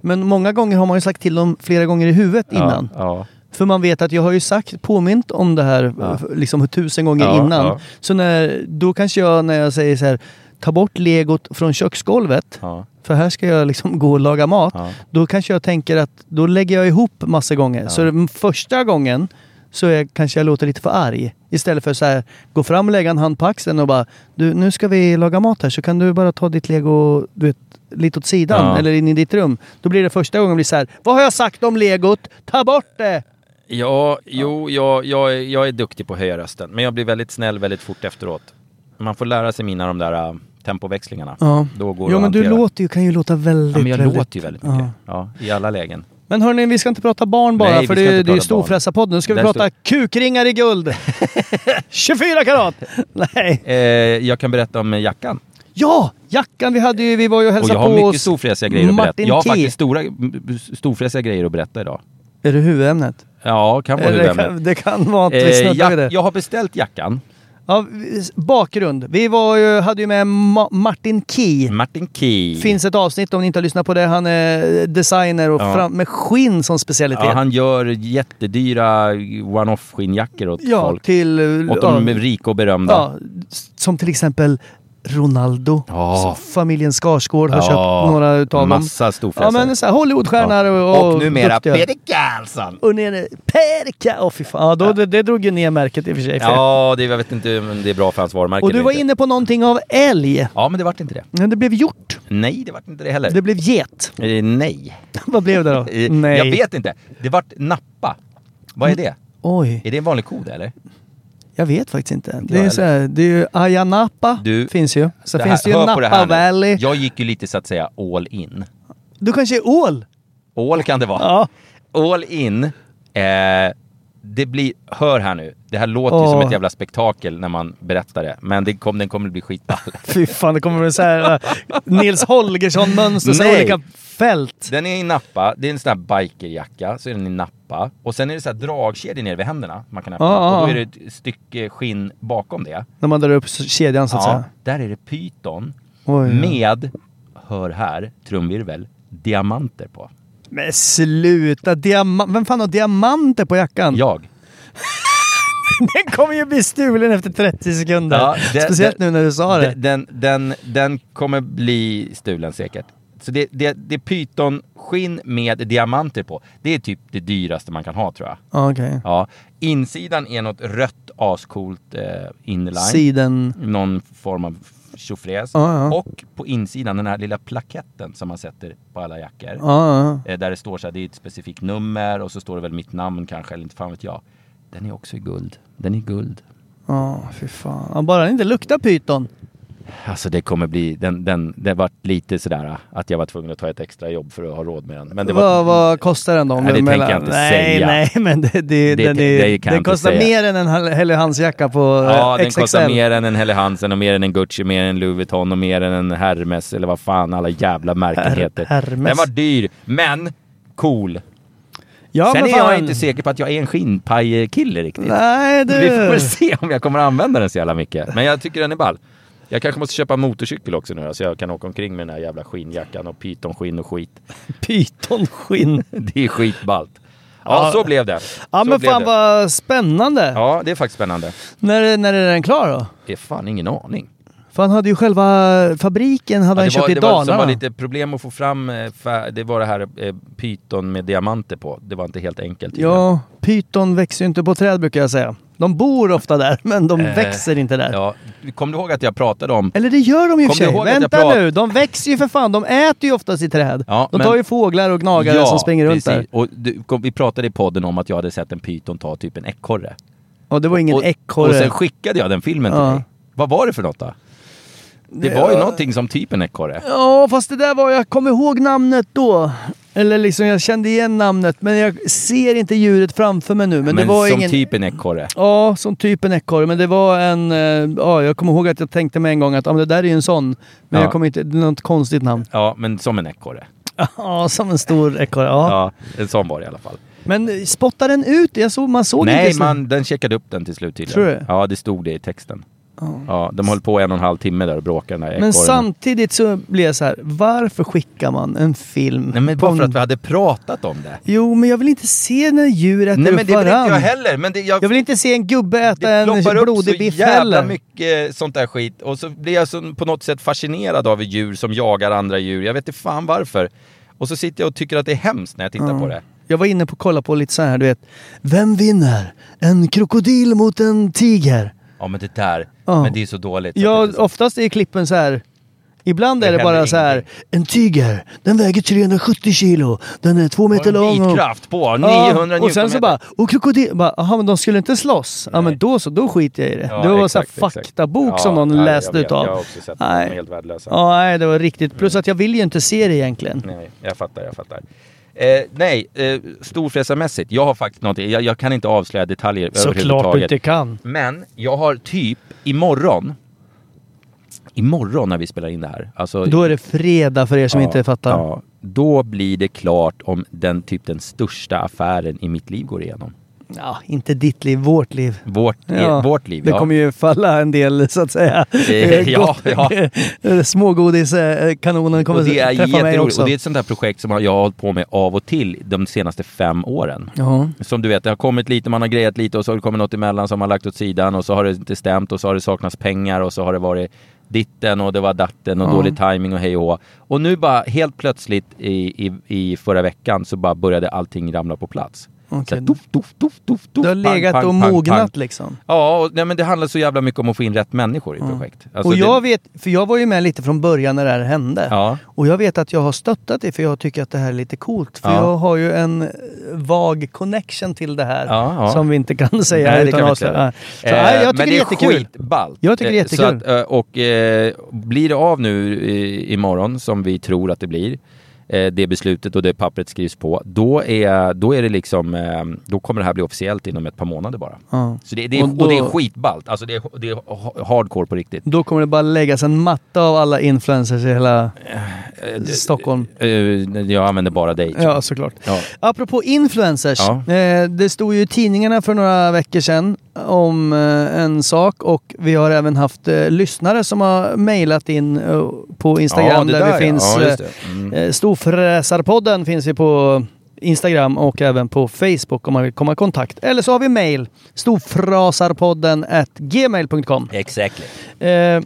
Speaker 2: Men många gånger har man ju sagt till dem flera gånger i huvudet innan.
Speaker 3: Ja, ja.
Speaker 2: För man vet att jag har ju sagt, påmint om det här
Speaker 3: Ja.
Speaker 2: liksom tusen gånger
Speaker 3: Ja,
Speaker 2: innan.
Speaker 3: ja.
Speaker 2: Så när, då kanske jag när jag säger så här, ta bort legot från köksgolvet.
Speaker 3: Ja.
Speaker 2: För här ska jag liksom gå och laga mat.
Speaker 3: Ja.
Speaker 2: Då kanske jag tänker att då lägger jag ihop massa gånger. Så den första gången så är, kanske jag låter lite för arg. Istället för så här, gå fram och lägga en hand på axeln och bara du, nu ska vi laga mat här så kan du bara ta ditt lego du vet, lite åt sidan
Speaker 3: Ja.
Speaker 2: eller in i ditt rum. Då blir det första gången blir så här, vad har jag sagt om legot? Ta bort det!
Speaker 3: Ja, jo, jag, jag, är- jag är duktig på att höja rösten. Men jag blir väldigt snäll väldigt fort efteråt. Man får lära sig mina de där äh, tempoväxlingarna.
Speaker 2: Ja.
Speaker 3: Då går det
Speaker 2: Jo
Speaker 3: att
Speaker 2: men du
Speaker 3: hantera.
Speaker 2: låter ju, kan ju låta väldigt,
Speaker 3: ja, men jag
Speaker 2: väldigt...
Speaker 3: låter ju väldigt mycket. Ja. I alla lägen.
Speaker 2: Men hörni, vi ska inte prata barn bara
Speaker 3: Nej, vi
Speaker 2: för
Speaker 3: ska
Speaker 2: det,
Speaker 3: inte
Speaker 2: det är ju
Speaker 3: prata barn.
Speaker 2: Storfräsarpodden. Nu ska vi
Speaker 3: Där
Speaker 2: prata
Speaker 3: står-
Speaker 2: kukringar i guld! 24 karat! Nej.
Speaker 3: Eh, jag kan berätta om eh, jackan.
Speaker 2: Ja! Jackan vi hade ju, vi var ju och
Speaker 3: Och
Speaker 2: hälsade
Speaker 3: jag har
Speaker 2: på
Speaker 3: mycket
Speaker 2: oss.
Speaker 3: storfräsiga grejer att berätta.
Speaker 2: Martin
Speaker 3: Jag har
Speaker 2: T.
Speaker 3: faktiskt stora, m- storfräsiga grejer att berätta idag.
Speaker 2: Är det huvudämnet?
Speaker 3: Ja, kan vara
Speaker 2: Eller Det
Speaker 3: huvudämnet.
Speaker 2: kan, det kan vara att vi
Speaker 3: Eh,
Speaker 2: snuddar vid
Speaker 3: jack,
Speaker 2: det.
Speaker 3: jag har beställt jackan.
Speaker 2: Ja, vi- bakgrund. Vi var ju, hade ju med Ma- Martin Key.
Speaker 3: Martin Key.
Speaker 2: Finns ett avsnitt om ni inte har lyssnat på det. Han är designer och
Speaker 3: Ja.
Speaker 2: fram, med skinn som specialitet.
Speaker 3: ja, han gör jättedyra one-off skinnjackor åt
Speaker 2: Ja,
Speaker 3: folk.
Speaker 2: till...
Speaker 3: Åt
Speaker 2: ja,
Speaker 3: de rika och berömda.
Speaker 2: ja, s- som till exempel Ronaldo.
Speaker 3: Ja.
Speaker 2: Som Familjen Skarsgård har
Speaker 3: Ja.
Speaker 2: köpt några utav dem.
Speaker 3: Massa storfräsare.
Speaker 2: Ja men så här, Hollywoodstjärnor
Speaker 3: Ja.
Speaker 2: och,
Speaker 3: och numera
Speaker 2: duktiga.
Speaker 3: Peter Karlsson.
Speaker 2: Och nere, Perka! Åh fy fan. Ja, då, det, det drog ju ner märket i och för sig.
Speaker 3: Ja, det, jag vet inte om det är bra för hans varumärke.
Speaker 2: och du
Speaker 3: eller
Speaker 2: var
Speaker 3: inte.
Speaker 2: inne på någonting av älg.
Speaker 3: Ja, men det vart inte det.
Speaker 2: Men det blev gjort.
Speaker 3: Nej, det vart inte det heller.
Speaker 2: Det blev get.
Speaker 3: Eh, nej.
Speaker 2: Vad blev det då?
Speaker 3: Eh, Jag vet inte. Det vart nappa. Vad är det?
Speaker 2: Oj,
Speaker 3: Är det en vanlig ko det, eller?
Speaker 2: jag vet faktiskt inte. Det är,
Speaker 3: heller.
Speaker 2: så här, det är ju Ayia Napa
Speaker 3: Du,
Speaker 2: finns ju. Sen
Speaker 3: Det
Speaker 2: finns det ju
Speaker 3: hör på det
Speaker 2: Napa
Speaker 3: här nu.
Speaker 2: Valley.
Speaker 3: Jag gick ju lite så att säga all in.
Speaker 2: Du kanske är ål?
Speaker 3: All kan det vara.
Speaker 2: Ja.
Speaker 3: All in. Eh, det blir, hör här nu, det här låter ju som
Speaker 2: Åh.
Speaker 3: ett jävla spektakel när man berättar det. Men det kom, den kommer bli skitball.
Speaker 2: Fy fan, det kommer bli så här äh, Nils Holgersson-mönster, så här
Speaker 3: Nej.
Speaker 2: olika fält.
Speaker 3: Den är i Nappa, det är en sån här bikerjacka, så är den i Nappa. Och sen är det så här dragkedjor nere vid händerna man kan öppna.
Speaker 2: Ja, ja,
Speaker 3: och då
Speaker 2: ja.
Speaker 3: är det ett stycke skinn bakom det.
Speaker 2: När man drar upp s- kedjan så att
Speaker 3: Ja,
Speaker 2: säga.
Speaker 3: där är det pyton
Speaker 2: Oj, ja.
Speaker 3: med, hör här, trumvirvel, diamanter på.
Speaker 2: Men sluta! Diama- Vem fan har diamanter på jackan?
Speaker 3: Jag.
Speaker 2: Den kommer ju bli stulen efter 30 sekunder.
Speaker 3: Ja, det-
Speaker 2: Speciellt
Speaker 3: det-
Speaker 2: nu när du sa det.
Speaker 3: Den, den, den, den kommer bli stulen säkert. Så det, det, det är pytonskinn med diamanter på. Det är typ det dyraste man kan ha tror jag.
Speaker 2: Ja, Okej.
Speaker 3: Ja. Insidan är något rött ascoolt eh, inline.
Speaker 2: Siden...
Speaker 3: någon form av tjofräs.
Speaker 2: Ja, ja.
Speaker 3: Och på insidan den här lilla plaketten som man sätter på alla jackor.
Speaker 2: Ja, ja.
Speaker 3: Eh, Där det står så här, det är ett specifikt nummer och så står det väl mitt namn kanske, eller inte fan vet jag. Den är också i guld. Den är i guld.
Speaker 2: ja, fy fan. Ja, bara den inte luktar pyton.
Speaker 3: Alltså det kommer bli, den, den, det vart lite sådär ah, att jag var tvungen att ta ett extra jobb för att ha råd med den. Men det var,
Speaker 2: vad, vad kostar den då? om
Speaker 3: Nej, det
Speaker 2: du
Speaker 3: tänker jag inte
Speaker 2: nej,
Speaker 3: säga.
Speaker 2: Nej, men det, det, den,
Speaker 3: det
Speaker 2: är,
Speaker 3: kan jag
Speaker 2: den
Speaker 3: inte
Speaker 2: kostar
Speaker 3: säga.
Speaker 2: mer än en Hall- Helly Hans-jacka på
Speaker 3: ja,
Speaker 2: eh,
Speaker 3: den
Speaker 2: XXL.
Speaker 3: kostar mer än en Helly Hansen och mer än en Gucci, mer än en Louis Vuitton och mer än en Hermes eller vad fan alla jävla märken
Speaker 2: Her-
Speaker 3: heter.
Speaker 2: Hermes.
Speaker 3: Den var dyr, men cool.
Speaker 2: Ja,
Speaker 3: Sen
Speaker 2: men
Speaker 3: är jag
Speaker 2: fan.
Speaker 3: inte säker på att jag är en skinnpaj-kille riktigt.
Speaker 2: Nej, du.
Speaker 3: Vi får väl se om jag kommer använda den så jävla mycket. Men jag tycker den är ball. Jag kanske måste köpa en motorcykel också nu då, så jag kan åka omkring med den här jävla skinnjackan och pytonskinn och skit.
Speaker 2: Pytonskinn.
Speaker 3: Det är skitballt. Ja,
Speaker 2: Ja.
Speaker 3: så blev det.
Speaker 2: Ja,
Speaker 3: så
Speaker 2: men
Speaker 3: blev
Speaker 2: fan
Speaker 3: det.
Speaker 2: vad spännande.
Speaker 3: Ja, det är faktiskt spännande.
Speaker 2: När, när är den klar då?
Speaker 3: Det är fan ingen aning.
Speaker 2: För han hade ju själva fabriken hade han
Speaker 3: det
Speaker 2: köpt
Speaker 3: var,
Speaker 2: i
Speaker 3: det var, som
Speaker 2: Dalarna.
Speaker 3: var lite problem att få fram, eh, fär- det var det här eh, pyton med diamanter på. Det var inte helt enkelt.
Speaker 2: Ja, pyton växer ju inte på träd brukar jag säga. De bor ofta där, men de
Speaker 3: Eh,
Speaker 2: växer inte där.
Speaker 3: Ja, kom du ihåg att jag pratade om
Speaker 2: Eller det gör de ju i och
Speaker 3: Kom du
Speaker 2: för sig.
Speaker 3: ihåg att jag
Speaker 2: Vänta
Speaker 3: prat-
Speaker 2: nu, de växer ju för fan. De äter ju oftast i träd.
Speaker 3: Ja,
Speaker 2: de
Speaker 3: men-
Speaker 2: tar ju fåglar och gnagare som springer runt där.
Speaker 3: precis. Och du, kom, vi pratade i podden om att jag hade sett en pyton ta typ en ekorre.
Speaker 2: Och det var ingen
Speaker 3: och,
Speaker 2: ekorre.
Speaker 3: och sen skickade jag den filmen till
Speaker 2: Ja.
Speaker 3: dig. Vad var det för något då? Det var ju någonting som typ en ekorre.
Speaker 2: Ja, fast det där var... Jag kommer ihåg namnet då. Eller liksom, jag kände igen namnet. Men jag ser inte djuret framför mig nu. Men,
Speaker 3: Men,
Speaker 2: det var
Speaker 3: som
Speaker 2: ingen...
Speaker 3: typ en ekorre.
Speaker 2: Ja, som typ en ekorre. Men det var en... eh, Ja, jag kommer ihåg att jag tänkte med en gång att ja, men det där är ju en sån.
Speaker 3: Ja.
Speaker 2: Men jag kommer inte... Det är något konstigt namn.
Speaker 3: Ja, men som en ekorre.
Speaker 2: Ja, som en stor ekorre. Ja.
Speaker 3: Ja, en sån var det i alla fall.
Speaker 2: Men eh, spottar den ut? Jag såg, man såg
Speaker 3: Nej,
Speaker 2: inte. så-
Speaker 3: man, den checkade upp den till slut tydligen.
Speaker 2: Tror du?
Speaker 3: Ja, det stod det i texten. Ja, de höll på en och en halv timme där och bråkade den där
Speaker 2: Men
Speaker 3: ekorren.
Speaker 2: samtidigt så blir jag så här, varför skickar man en film?
Speaker 3: Nej, men
Speaker 2: på
Speaker 3: bara för
Speaker 2: en-
Speaker 3: att vi hade pratat om det.
Speaker 2: Jo, men jag vill inte se när djur äter
Speaker 3: Nej, men
Speaker 2: upp
Speaker 3: det vill inte
Speaker 2: varann.
Speaker 3: jag heller. Men det, jag,
Speaker 2: Jag vill inte se en gubbe äta
Speaker 3: det
Speaker 2: en
Speaker 3: ploppar upp så
Speaker 2: blodig biff
Speaker 3: jävla
Speaker 2: heller.
Speaker 3: mycket eh, sånt där skit. Och så blir jag så, på något sätt fascinerad av djur som jagar andra djur. Jag vet inte fan varför. Och så sitter jag och tycker att det är hemskt när jag tittar på det.
Speaker 2: Jag var inne på att kolla på lite så här, du vet. Vem vinner? En krokodil mot en tiger?
Speaker 3: Ja men det där,
Speaker 2: Ja.
Speaker 3: men det är så dåligt. så att
Speaker 2: Ja,
Speaker 3: det är så-
Speaker 2: oftast är klippen så här. Ibland är
Speaker 3: Det
Speaker 2: det bara
Speaker 3: händer
Speaker 2: så här. En tiger, den väger 370 kilo. Den är två meter
Speaker 3: Och en
Speaker 2: lång. och-
Speaker 3: bitkraft på, 900
Speaker 2: oh, Ja, och sen så
Speaker 3: newtonmeter.
Speaker 2: bara, och krokodil, bara, aha, men de skulle inte slåss. Ja men då så, då skiter jag i det.
Speaker 3: Ja,
Speaker 2: det var så här
Speaker 3: exakt, exakt.
Speaker 2: faktabok
Speaker 3: Ja,
Speaker 2: som någon
Speaker 3: nej, jag
Speaker 2: läste
Speaker 3: vet.
Speaker 2: utav.
Speaker 3: Jag har också sett nej.
Speaker 2: nej.
Speaker 3: de är helt värdelösa.
Speaker 2: Ja, nej, det var riktigt. Plus att jag vill ju inte se det egentligen.
Speaker 3: Nej, jag fattar, jag fattar. Eh, nej, eh, storfräsarmässigt, jag har faktiskt någonting, jag, jag kan inte avslöja detaljer överhuvudtaget.
Speaker 2: kan.
Speaker 3: Men jag har typ imorgon, imorgon när vi spelar in det här, alltså
Speaker 2: Då är det fredag för er som
Speaker 3: Ja,
Speaker 2: inte fattar.
Speaker 3: ja. då blir det klart om den typ den största affären i mitt liv går igenom.
Speaker 2: Ja, inte ditt liv, vårt liv.
Speaker 3: Vårt,
Speaker 2: Ja,
Speaker 3: eh, vårt liv,
Speaker 2: Det
Speaker 3: ja.
Speaker 2: kommer ju falla en del så att säga.
Speaker 3: Eh, ja, ja.
Speaker 2: Smågodiskanonen kommer
Speaker 3: och det är
Speaker 2: träffa mig
Speaker 3: jätteroligt.
Speaker 2: också.
Speaker 3: Och det är ett sånt där projekt som jag har hållit på med av och till de senaste fem åren.
Speaker 2: Ja.
Speaker 3: Som du vet, det har kommit lite, man har grejat lite och så har det kommit något emellan som man har lagt åt sidan och så har det inte stämt och så har det saknats pengar och så har det varit ditten och det var datten och
Speaker 2: Ja.
Speaker 3: dålig timing och hej och hå. Och nu bara helt plötsligt i, i, i förra veckan så bara började allting ramla på plats.
Speaker 2: Okej.
Speaker 3: Så här, doff, doff, doff, doff, doff,
Speaker 2: Du har
Speaker 3: pang,
Speaker 2: legat
Speaker 3: pang,
Speaker 2: och
Speaker 3: pang,
Speaker 2: mognat
Speaker 3: pang.
Speaker 2: liksom.
Speaker 3: Ja, och, nej, men det handlar så jävla mycket om att få in rätt människor i projekt. Alltså,
Speaker 2: och
Speaker 3: det-
Speaker 2: jag vet, för jag var ju med lite från början när det här hände.
Speaker 3: Ja.
Speaker 2: Och jag vet att jag har stöttat det för jag tycker att det här är lite coolt. För
Speaker 3: Ja.
Speaker 2: jag har ju en eh, vag connection till det här
Speaker 3: Ja, ja.
Speaker 2: som vi inte kan säga
Speaker 3: Nej, det
Speaker 2: utan
Speaker 3: kan vi
Speaker 2: att
Speaker 3: inte
Speaker 2: avslöja. Så,
Speaker 3: Eh,
Speaker 2: nej, jag tycker
Speaker 3: men
Speaker 2: det är jättekul.
Speaker 3: skitballt.
Speaker 2: Jag tycker det är
Speaker 3: Eh, så
Speaker 2: jättekul.
Speaker 3: att, eh, och eh, blir det av nu eh, imorgon, som vi tror att det blir, eh, det beslutet och det pappret skrivs på, då är, då är det liksom, eh, då kommer det här bli officiellt inom ett par månader bara.
Speaker 2: Ja.
Speaker 3: Så det, det är,
Speaker 2: Och
Speaker 3: och,
Speaker 2: då-
Speaker 3: det är skitballt. Alltså det är, det är ha- hardcore på riktigt.
Speaker 2: Då kommer det bara läggas en matta av alla influencers i hela Stockholm.
Speaker 3: Eh, jag använder bara dig. tror jag.
Speaker 2: Ja, såklart.
Speaker 3: Ja.
Speaker 2: Apropå influencers.
Speaker 3: Ja.
Speaker 2: Eh, det stod ju i tidningarna för några veckor sedan om eh, en sak och vi har även haft eh, lyssnare som har mejlat in eh, på Instagram
Speaker 3: det
Speaker 2: där,
Speaker 3: där,
Speaker 2: vi
Speaker 3: ja.
Speaker 2: finns.
Speaker 3: Ja, just
Speaker 2: eh,
Speaker 3: det. Mm.
Speaker 2: eh, Storfräsarpodden finns vi på Instagram och även på Facebook om man vill komma i kontakt. Eller så har vi mejl. Storfrasarpodden at gmail.com.
Speaker 3: Exactly.
Speaker 2: Eh,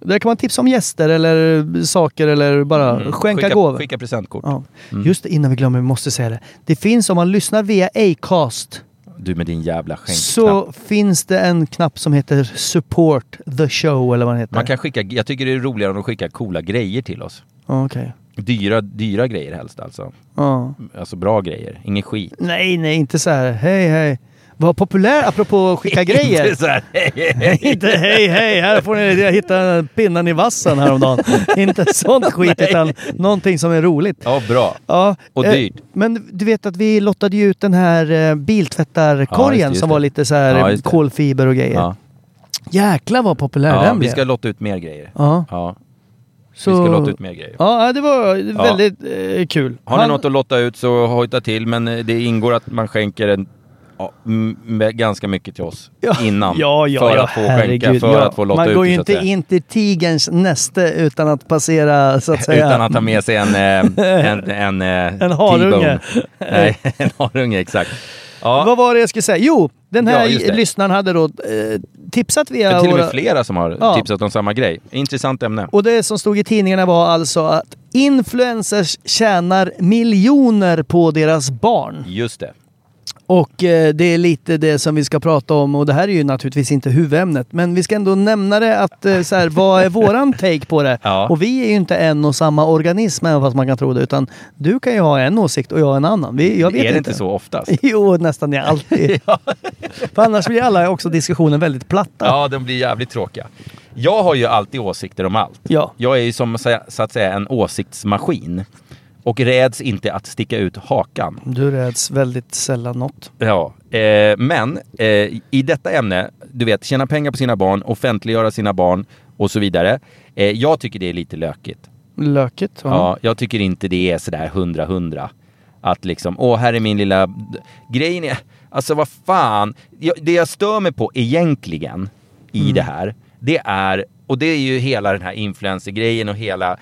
Speaker 2: där kan man tipsa om gäster eller saker eller bara skänka
Speaker 3: Mm. skicka,
Speaker 2: gåvor.
Speaker 3: Skicka Mm. presentkort.
Speaker 2: Ja. Just det, innan vi glömmer, vi måste säga det. Det finns om man lyssnar via Acast
Speaker 3: Du med din jävla skänkknapp.
Speaker 2: så finns det en knapp som heter Support the show eller vad den heter.
Speaker 3: Man kan skicka, jag tycker det är roligare om de skickar coola grejer till oss.
Speaker 2: Ja, okej.
Speaker 3: Dyra, dyra grejer helst alltså.
Speaker 2: Ja.
Speaker 3: Alltså bra grejer, ingen skit.
Speaker 2: Nej, nej, inte så här. Hej, hej. Vad populär, apropå att skicka grejer.
Speaker 3: Inte så här, hej, hej, hej.
Speaker 2: Inte hej hej, här får ni jag hittade pinnen i vassen häromdagen. Inte sånt skit utan någonting som är roligt.
Speaker 3: Ja, bra.
Speaker 2: Ja,
Speaker 3: Och
Speaker 2: eh,
Speaker 3: dyrt.
Speaker 2: Men du vet att vi lottade ju ut den här eh,
Speaker 3: Ja, just det,
Speaker 2: biltvättarkorgen
Speaker 3: just
Speaker 2: som
Speaker 3: det.
Speaker 2: var lite så här
Speaker 3: Ja,
Speaker 2: eh,
Speaker 3: just det.
Speaker 2: kolfiber och grejer.
Speaker 3: Ja.
Speaker 2: Jäklar vad populär
Speaker 3: Ja,
Speaker 2: den
Speaker 3: vi
Speaker 2: blev.
Speaker 3: ska lotta ut mer grejer.
Speaker 2: Ja,
Speaker 3: Ja,
Speaker 2: så...
Speaker 3: vi ska lotta ut mer grejer.
Speaker 2: Ja, det var väldigt eh, kul.
Speaker 3: Har ni
Speaker 2: Han-
Speaker 3: något att lotta ut så hojta till, men eh, det ingår att man skänker en, ja, m- med ganska mycket till oss
Speaker 2: Ja.
Speaker 3: innan.
Speaker 2: Ja, ja,
Speaker 3: för
Speaker 2: ja,
Speaker 3: att få
Speaker 2: herregud,
Speaker 3: skänka, för
Speaker 2: ja.
Speaker 3: att få lotta
Speaker 2: Man
Speaker 3: ut.
Speaker 2: går ju
Speaker 3: så att
Speaker 2: inte
Speaker 3: säga.
Speaker 2: in till tigerns näste utan att passera så att säga.
Speaker 3: Utan att ha med sig en... eh, En, en, eh,
Speaker 2: En harunge.
Speaker 3: T-bone. Nej, en harunge, exakt. Ja,
Speaker 2: Vad var det jag skulle säga? Jo, den här
Speaker 3: Ja, just det.
Speaker 2: lyssnaren hade då eh, tipsat
Speaker 3: det
Speaker 2: via
Speaker 3: är till och
Speaker 2: våra...
Speaker 3: med flera som har
Speaker 2: Ja.
Speaker 3: tipsat om samma grej. Intressant ämne.
Speaker 2: Och det som stod i tidningarna var alltså att influencers tjänar miljoner på deras barn.
Speaker 3: Just det.
Speaker 2: Och eh, det är lite det som vi ska prata om och det här är ju naturligtvis inte huvudämnet men vi ska ändå nämna det att eh, så här, vad är våran take på det?
Speaker 3: Ja.
Speaker 2: Och vi är ju inte en och samma organism även fast man kan tro det utan du kan ju ha en åsikt och jag en annan. Vi, jag vet
Speaker 3: är det inte så oftast?
Speaker 2: Jo, nästan det alltid. För annars blir alla också diskussionen väldigt platta.
Speaker 3: Ja, de blir jävligt tråkiga. Jag har ju alltid åsikter om allt.
Speaker 2: Ja.
Speaker 3: Jag är ju som så så att säga en åsiktsmaskin. Och räds inte att sticka ut hakan.
Speaker 2: Du räds väldigt sällan något.
Speaker 3: Ja, eh, men eh, i detta ämne, du vet, tjäna pengar på sina barn, offentliggöra sina barn och så vidare. Eh, jag tycker det är lite lökigt.
Speaker 2: Löket. Ja.
Speaker 3: Ja, jag tycker inte det är sådär hundra hundra. Att liksom, åh här är min lilla... Grejen är, alltså vad fan. Jag, det jag stör mig på egentligen i det här, det är, och det är ju hela den här influencer-grejen och hela...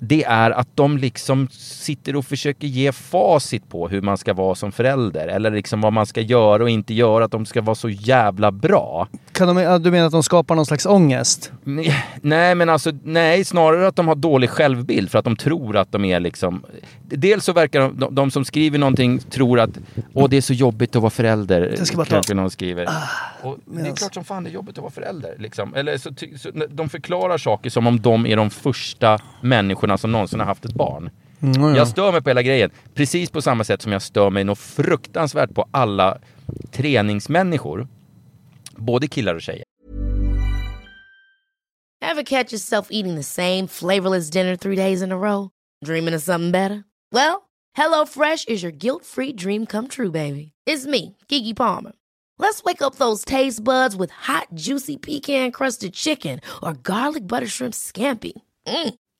Speaker 3: Det är att de liksom sitter och försöker ge facit på hur man ska vara som förälder. Eller liksom vad man ska göra och inte göra. Att de ska vara så jävla bra.
Speaker 2: Kan de, ja, du menar att de skapar någon slags ångest?
Speaker 3: Nej, Nej, men alltså, nej, snarare att de har dålig självbild för att de tror att de är liksom... Dels så verkar de, de, de som skriver någonting tror att åh, det är så jobbigt att vara förälder.
Speaker 2: Jag ska bara ta- Ah,
Speaker 3: kanske
Speaker 2: alltså-
Speaker 3: någon skriver. och det är
Speaker 2: medans-
Speaker 3: klart som fan det är jobbigt att vara förälder. Liksom. Eller så, ty- så, de förklarar saker som om de är de första människorna som någonsin har haft ett barn.
Speaker 2: Mm,
Speaker 3: Jag stör mig på hela grejen. Precis på samma sätt som jag stör mig något fruktansvärt på alla träningsmänniskor. Både killar och tjejer.
Speaker 4: Ever catch yourself eating the same flavorless dinner three days in a row? Dreaming of something better? Well, HelloFresh is your guilt free dream come true, baby. It's me, Gigi Palmer. Let's wake up those taste buds with hot, juicy pecan crusted chicken or garlic butter shrimp scampi. Mm.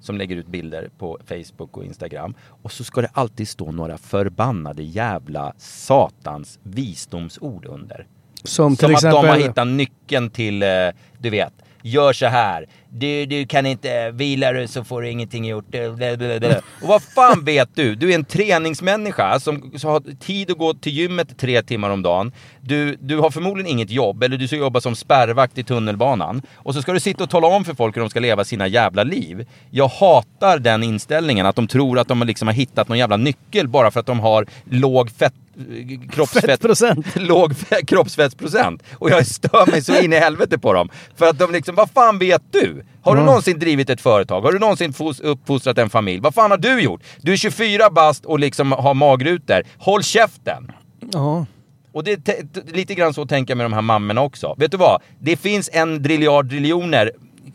Speaker 3: som lägger ut bilder på Facebook och Instagram. Och så ska det alltid stå några förbannade jävla satans visdomsord under.
Speaker 2: Som till
Speaker 3: Som att
Speaker 2: exempel...
Speaker 3: de har hittat nyckeln till, eh, du vet, gör så här. Du, du kan inte, vilar du så får du ingenting gjort. Eh, blä, blä, blä. Och vad fan vet du? Du är en träningsmänniska som som har tid att gå till gymmet tre timmar om dagen. Du, du har förmodligen inget jobb, eller du ska jobba som spärrvakt i tunnelbanan. Och så ska du sitta och tala om för folk hur de ska leva sina jävla liv. Jag hatar den inställningen, att de tror att de liksom har hittat någon jävla nyckel bara för att de har låg fett, eh, kroppsfett...
Speaker 2: Fettprocent.
Speaker 3: låg fe- kroppsfettsprocent. Och jag stör mig så in i helvete på dem. För att de liksom, vad fan vet du? Har du någonsin drivit ett företag? Har du någonsin fos- uppfostrat en familj? Vad fan har du gjort? Du är 24 bast och liksom har magrutor. Håll käften!
Speaker 2: Ja.
Speaker 3: Och Och det är te- t- lite grann så tänker jag med de här mammorna också. Vet du vad? Det finns en driljard triljoner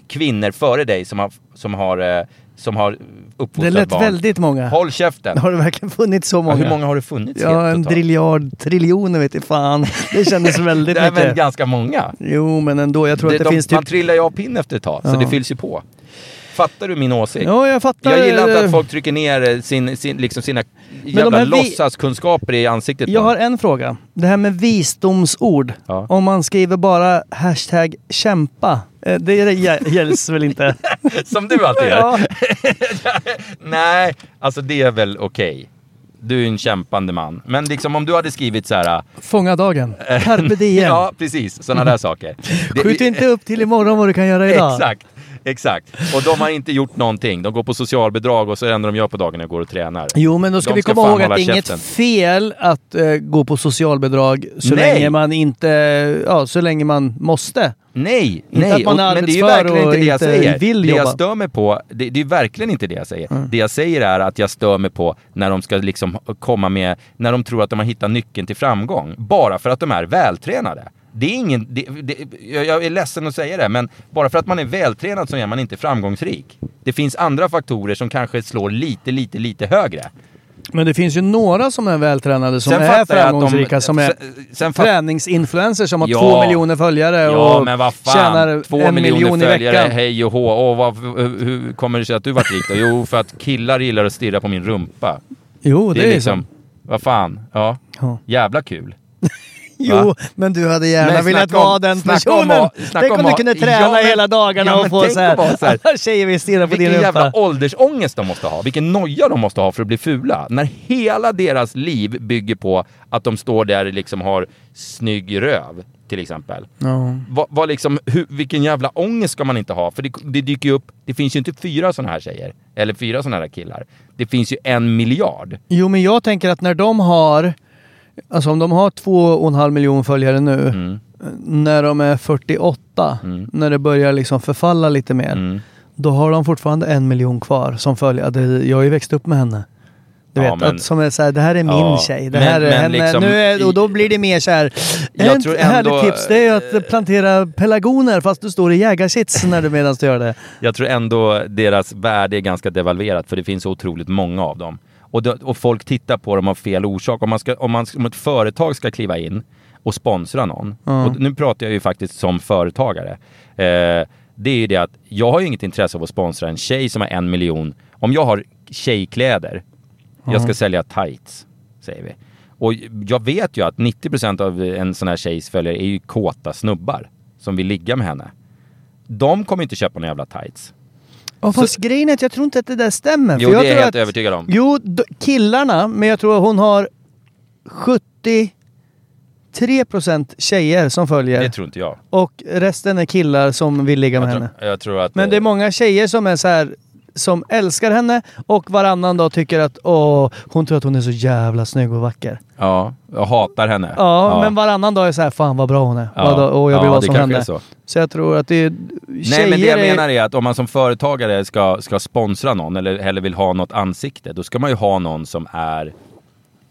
Speaker 3: kvinnor före dig som har, som har, eh, som har
Speaker 2: Det
Speaker 3: uppfostrat
Speaker 2: lät
Speaker 3: barn.
Speaker 2: väldigt många.
Speaker 3: Håll käften!
Speaker 2: Har det verkligen funnits så
Speaker 3: Ja,
Speaker 2: många?
Speaker 3: hur många har det funnits
Speaker 2: Ja,
Speaker 3: helt
Speaker 2: en
Speaker 3: totalt?
Speaker 2: driljard, triljoner vet jag fan. Det kändes väldigt
Speaker 3: Det är väl
Speaker 2: mycket.
Speaker 3: ganska många.
Speaker 2: Jo, men ändå. Jag tror
Speaker 3: det,
Speaker 2: att det
Speaker 3: de,
Speaker 2: finns
Speaker 3: Man
Speaker 2: typ...
Speaker 3: trillar ju av pinn efter ett tag, så
Speaker 2: Ja.
Speaker 3: det fylls ju på. Fattar du min åsikt?
Speaker 2: Ja, jag fattar.
Speaker 3: Jag gillar inte att folk trycker ner eh, sin, sin, liksom sina jävla
Speaker 2: här vi-
Speaker 3: låtsaskunskaper i ansiktet
Speaker 2: Jag
Speaker 3: på
Speaker 2: har
Speaker 3: har...
Speaker 2: en fråga. Det här med visdomsord.
Speaker 3: Ja.
Speaker 2: Om man skriver bara hashtag kämpa. eh, Det gä- gälls väl inte?
Speaker 3: Som du alltid gör.
Speaker 2: Ja,
Speaker 3: Nej, alltså det är väl okej. Du är en kämpande man. Men liksom om du hade skrivit så här...
Speaker 2: fånga dagen. Carpe diem.
Speaker 3: Eh, Ja, precis. Sådana där saker. Det-
Speaker 2: Skjut inte upp till imorgon vad du kan göra idag.
Speaker 3: Exakt. Exakt. Och de har inte gjort någonting. De går på socialbidrag och så är det enda de gör på dagen är att gå och tränar.
Speaker 2: Jo, men då ska
Speaker 3: De
Speaker 2: vi
Speaker 3: ska
Speaker 2: komma
Speaker 3: fan
Speaker 2: ihåg att
Speaker 3: hålla
Speaker 2: det är inget
Speaker 3: käften.
Speaker 2: fel att eh, gå på socialbidrag så
Speaker 3: Nej.
Speaker 2: länge man inte... Ja, så länge man måste.
Speaker 3: Nej,
Speaker 2: Inte
Speaker 3: nej.
Speaker 2: att man är
Speaker 3: och- men det är ju
Speaker 2: arbetsför
Speaker 3: verkligen
Speaker 2: och
Speaker 3: inte det jag
Speaker 2: inte
Speaker 3: säger.
Speaker 2: vill
Speaker 3: det
Speaker 2: jobba. Mm.
Speaker 3: jag stör mig på, det, det är verkligen inte det jag säger. Det jag säger är att jag stör mig på när de ska liksom komma med, när de tror att de har hittat nyckeln till framgång. Bara för att de är vältränade. Det är ingen, det, det, jag jag är ledsen att säga det, men bara för att man är vältränad så är man inte framgångsrik. Det finns andra faktorer som kanske slår lite, lite, lite högre.
Speaker 2: Men det finns ju några som är vältränade som
Speaker 3: Sen
Speaker 2: är
Speaker 3: fattar jag att de-
Speaker 2: framgångsrika, som är
Speaker 3: sen- sen fatt-
Speaker 2: träningsinfluencers som har
Speaker 3: Ja.
Speaker 2: två miljoner följare
Speaker 3: Ja,
Speaker 2: och
Speaker 3: men vad
Speaker 2: tjänar
Speaker 3: fan. Två
Speaker 2: en
Speaker 3: miljoner
Speaker 2: miljon i
Speaker 3: följare,
Speaker 2: veckan.
Speaker 3: hej och hå. Åh, vad, hur, hur kommer det sig att du vart rik då? Jo, för att killar gillar att stirra på min rumpa.
Speaker 2: Jo,
Speaker 3: Det, är liksom, vad fan. Ja.
Speaker 2: Ja.
Speaker 3: Jävla kul.
Speaker 2: Jo,
Speaker 3: Va?
Speaker 2: men du hade gärna
Speaker 3: Men
Speaker 2: velat
Speaker 3: snacka om-
Speaker 2: vara den
Speaker 3: snacka om
Speaker 2: personen.
Speaker 3: att- snacka
Speaker 2: tänk om,
Speaker 3: om
Speaker 2: du
Speaker 3: att-
Speaker 2: kunde träna
Speaker 3: Ja, men-
Speaker 2: hela dagarna
Speaker 3: ja,
Speaker 2: och
Speaker 3: men
Speaker 2: få
Speaker 3: tänk
Speaker 2: så här.
Speaker 3: att vara så här.
Speaker 2: Alla tjejer vill stirra på din
Speaker 3: Vilken
Speaker 2: rumpa.
Speaker 3: jävla åldersångest de måste ha. Vilken noja de måste ha för att bli fula. När hela deras liv bygger på att de står där och liksom har snygg röv, till exempel.
Speaker 2: Ja.
Speaker 3: Vad, vad liksom, hur, vilken jävla ångest ska man inte ha? För det, det dyker ju upp, det finns ju inte fyra sådana här tjejer. Eller fyra sådana här killar. Det finns ju en miljard.
Speaker 2: Jo, men jag tänker att när de har... Alltså om de har två och en halv miljon följare nu,
Speaker 3: Mm.
Speaker 2: eh, när de är 48, när det börjar liksom förfalla lite mer,
Speaker 3: Mm.
Speaker 2: då har de fortfarande en miljon kvar som följer. Det- Jag har ju växt upp med henne. Du
Speaker 3: Ja,
Speaker 2: vet,
Speaker 3: men-
Speaker 2: att som är så här, det här är min
Speaker 3: Ja,
Speaker 2: tjej. Det
Speaker 3: men-
Speaker 2: här är
Speaker 3: men
Speaker 2: henne.
Speaker 3: liksom-
Speaker 2: nu är, och då blir det mer så här, "Äh,
Speaker 3: Jag
Speaker 2: ett
Speaker 3: tror
Speaker 2: härligt
Speaker 3: ändå-
Speaker 2: tips det är att plantera pelargoner fast du står i jägarsits när du medan du gör det.
Speaker 3: Jag tror ändå deras värde är ganska devalverat för det finns så otroligt många av dem. Och, det, och folk tittar på dem av fel orsak. Om, man ska, om, man, om ett företag ska kliva in och sponsra någon, och nu pratar jag ju faktiskt som företagare, eh, det är ju det att jag har ju inget intresse av att sponsra en tjej som har en miljon. Om jag har tjejkläder, jag ska sälja tights, säger vi. Och jag vet ju att 90% av en sån här tjejs följare är ju kåta snubbar som vill ligga med henne. De kommer inte köpa några jävla tights.
Speaker 2: Och fast grejen är att jag tror inte att det där stämmer.
Speaker 3: Jo,
Speaker 2: för jag
Speaker 3: det är
Speaker 2: tror
Speaker 3: jag helt
Speaker 2: att,
Speaker 3: övertygad om.
Speaker 2: Jo, d- killarna, men jag tror att hon har 73% tjejer som
Speaker 3: Det
Speaker 2: följer.
Speaker 3: tror inte jag.
Speaker 2: Och resten är killar som vill ligga med
Speaker 3: Jag tror,
Speaker 2: henne.
Speaker 3: jag tror att...
Speaker 2: Men det är många tjejer som är så här som älskar henne och varannan dag tycker att åh, hon tror att hon är så jävla snygg och vacker.
Speaker 3: Ja, jag hatar henne.
Speaker 2: Ja, men varannan dag är så här, fan vad bra hon är.
Speaker 3: Ja.
Speaker 2: Vad- Åh, jag vill
Speaker 3: Ja,
Speaker 2: vara
Speaker 3: det
Speaker 2: som
Speaker 3: kanske
Speaker 2: henne.
Speaker 3: är så.
Speaker 2: jag tror att det är...
Speaker 3: Nej, men det jag
Speaker 2: tjejer är-
Speaker 3: menar är att om man som företagare ska, ska sponsra någon eller heller vill ha något ansikte, då ska man ju ha någon som är...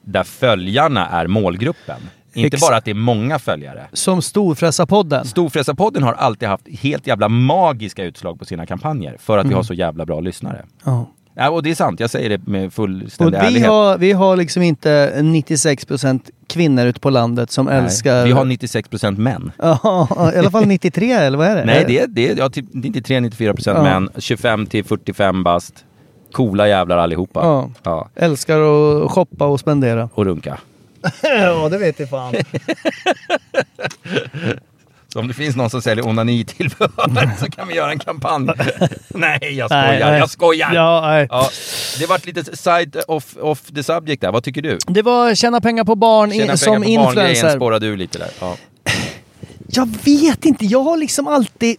Speaker 3: Där följarna är målgruppen. Inte
Speaker 2: Ex-
Speaker 3: bara att det är många följare.
Speaker 2: Som Storfräsarpodden.
Speaker 3: Storfräsarpodden har alltid haft helt jävla magiska utslag på sina kampanjer för att vi
Speaker 2: Mm.
Speaker 3: har så jävla bra lyssnare.
Speaker 2: Ja.
Speaker 3: Ja, och det är sant, jag säger det med
Speaker 2: Och
Speaker 3: fullständig
Speaker 2: vi
Speaker 3: ärlighet.
Speaker 2: har, vi har liksom inte 96% kvinnor ute på landet som
Speaker 3: Nej,
Speaker 2: älskar...
Speaker 3: Vi har 96% män.
Speaker 2: Ja, i alla fall 93 eller vad är det?
Speaker 3: Nej, det är, det är ja, typ 93-94 procent
Speaker 2: Ja.
Speaker 3: män, 25 till 45 bast. Coola jävlar allihopa.
Speaker 2: Ja.
Speaker 3: Ja.
Speaker 2: Älskar att shoppa och spendera.
Speaker 3: Och runka.
Speaker 2: Ja, det vet jag fan.
Speaker 3: Så om det finns någon som säljer onanitillbehör så kan vi göra en kampanj. nej, jag skojar.
Speaker 2: Nej, nej.
Speaker 3: Jag skojar.
Speaker 2: Ja, nej.
Speaker 3: Ja, det vart lite side off, off the subject där. Vad tycker du?
Speaker 2: Det var tjäna pengar på barn i-
Speaker 3: Tjäna
Speaker 2: som
Speaker 3: pengar på barngrejen
Speaker 2: influencer.
Speaker 3: spårade du lite där. Ja.
Speaker 2: Jag vet inte, jag har liksom alltid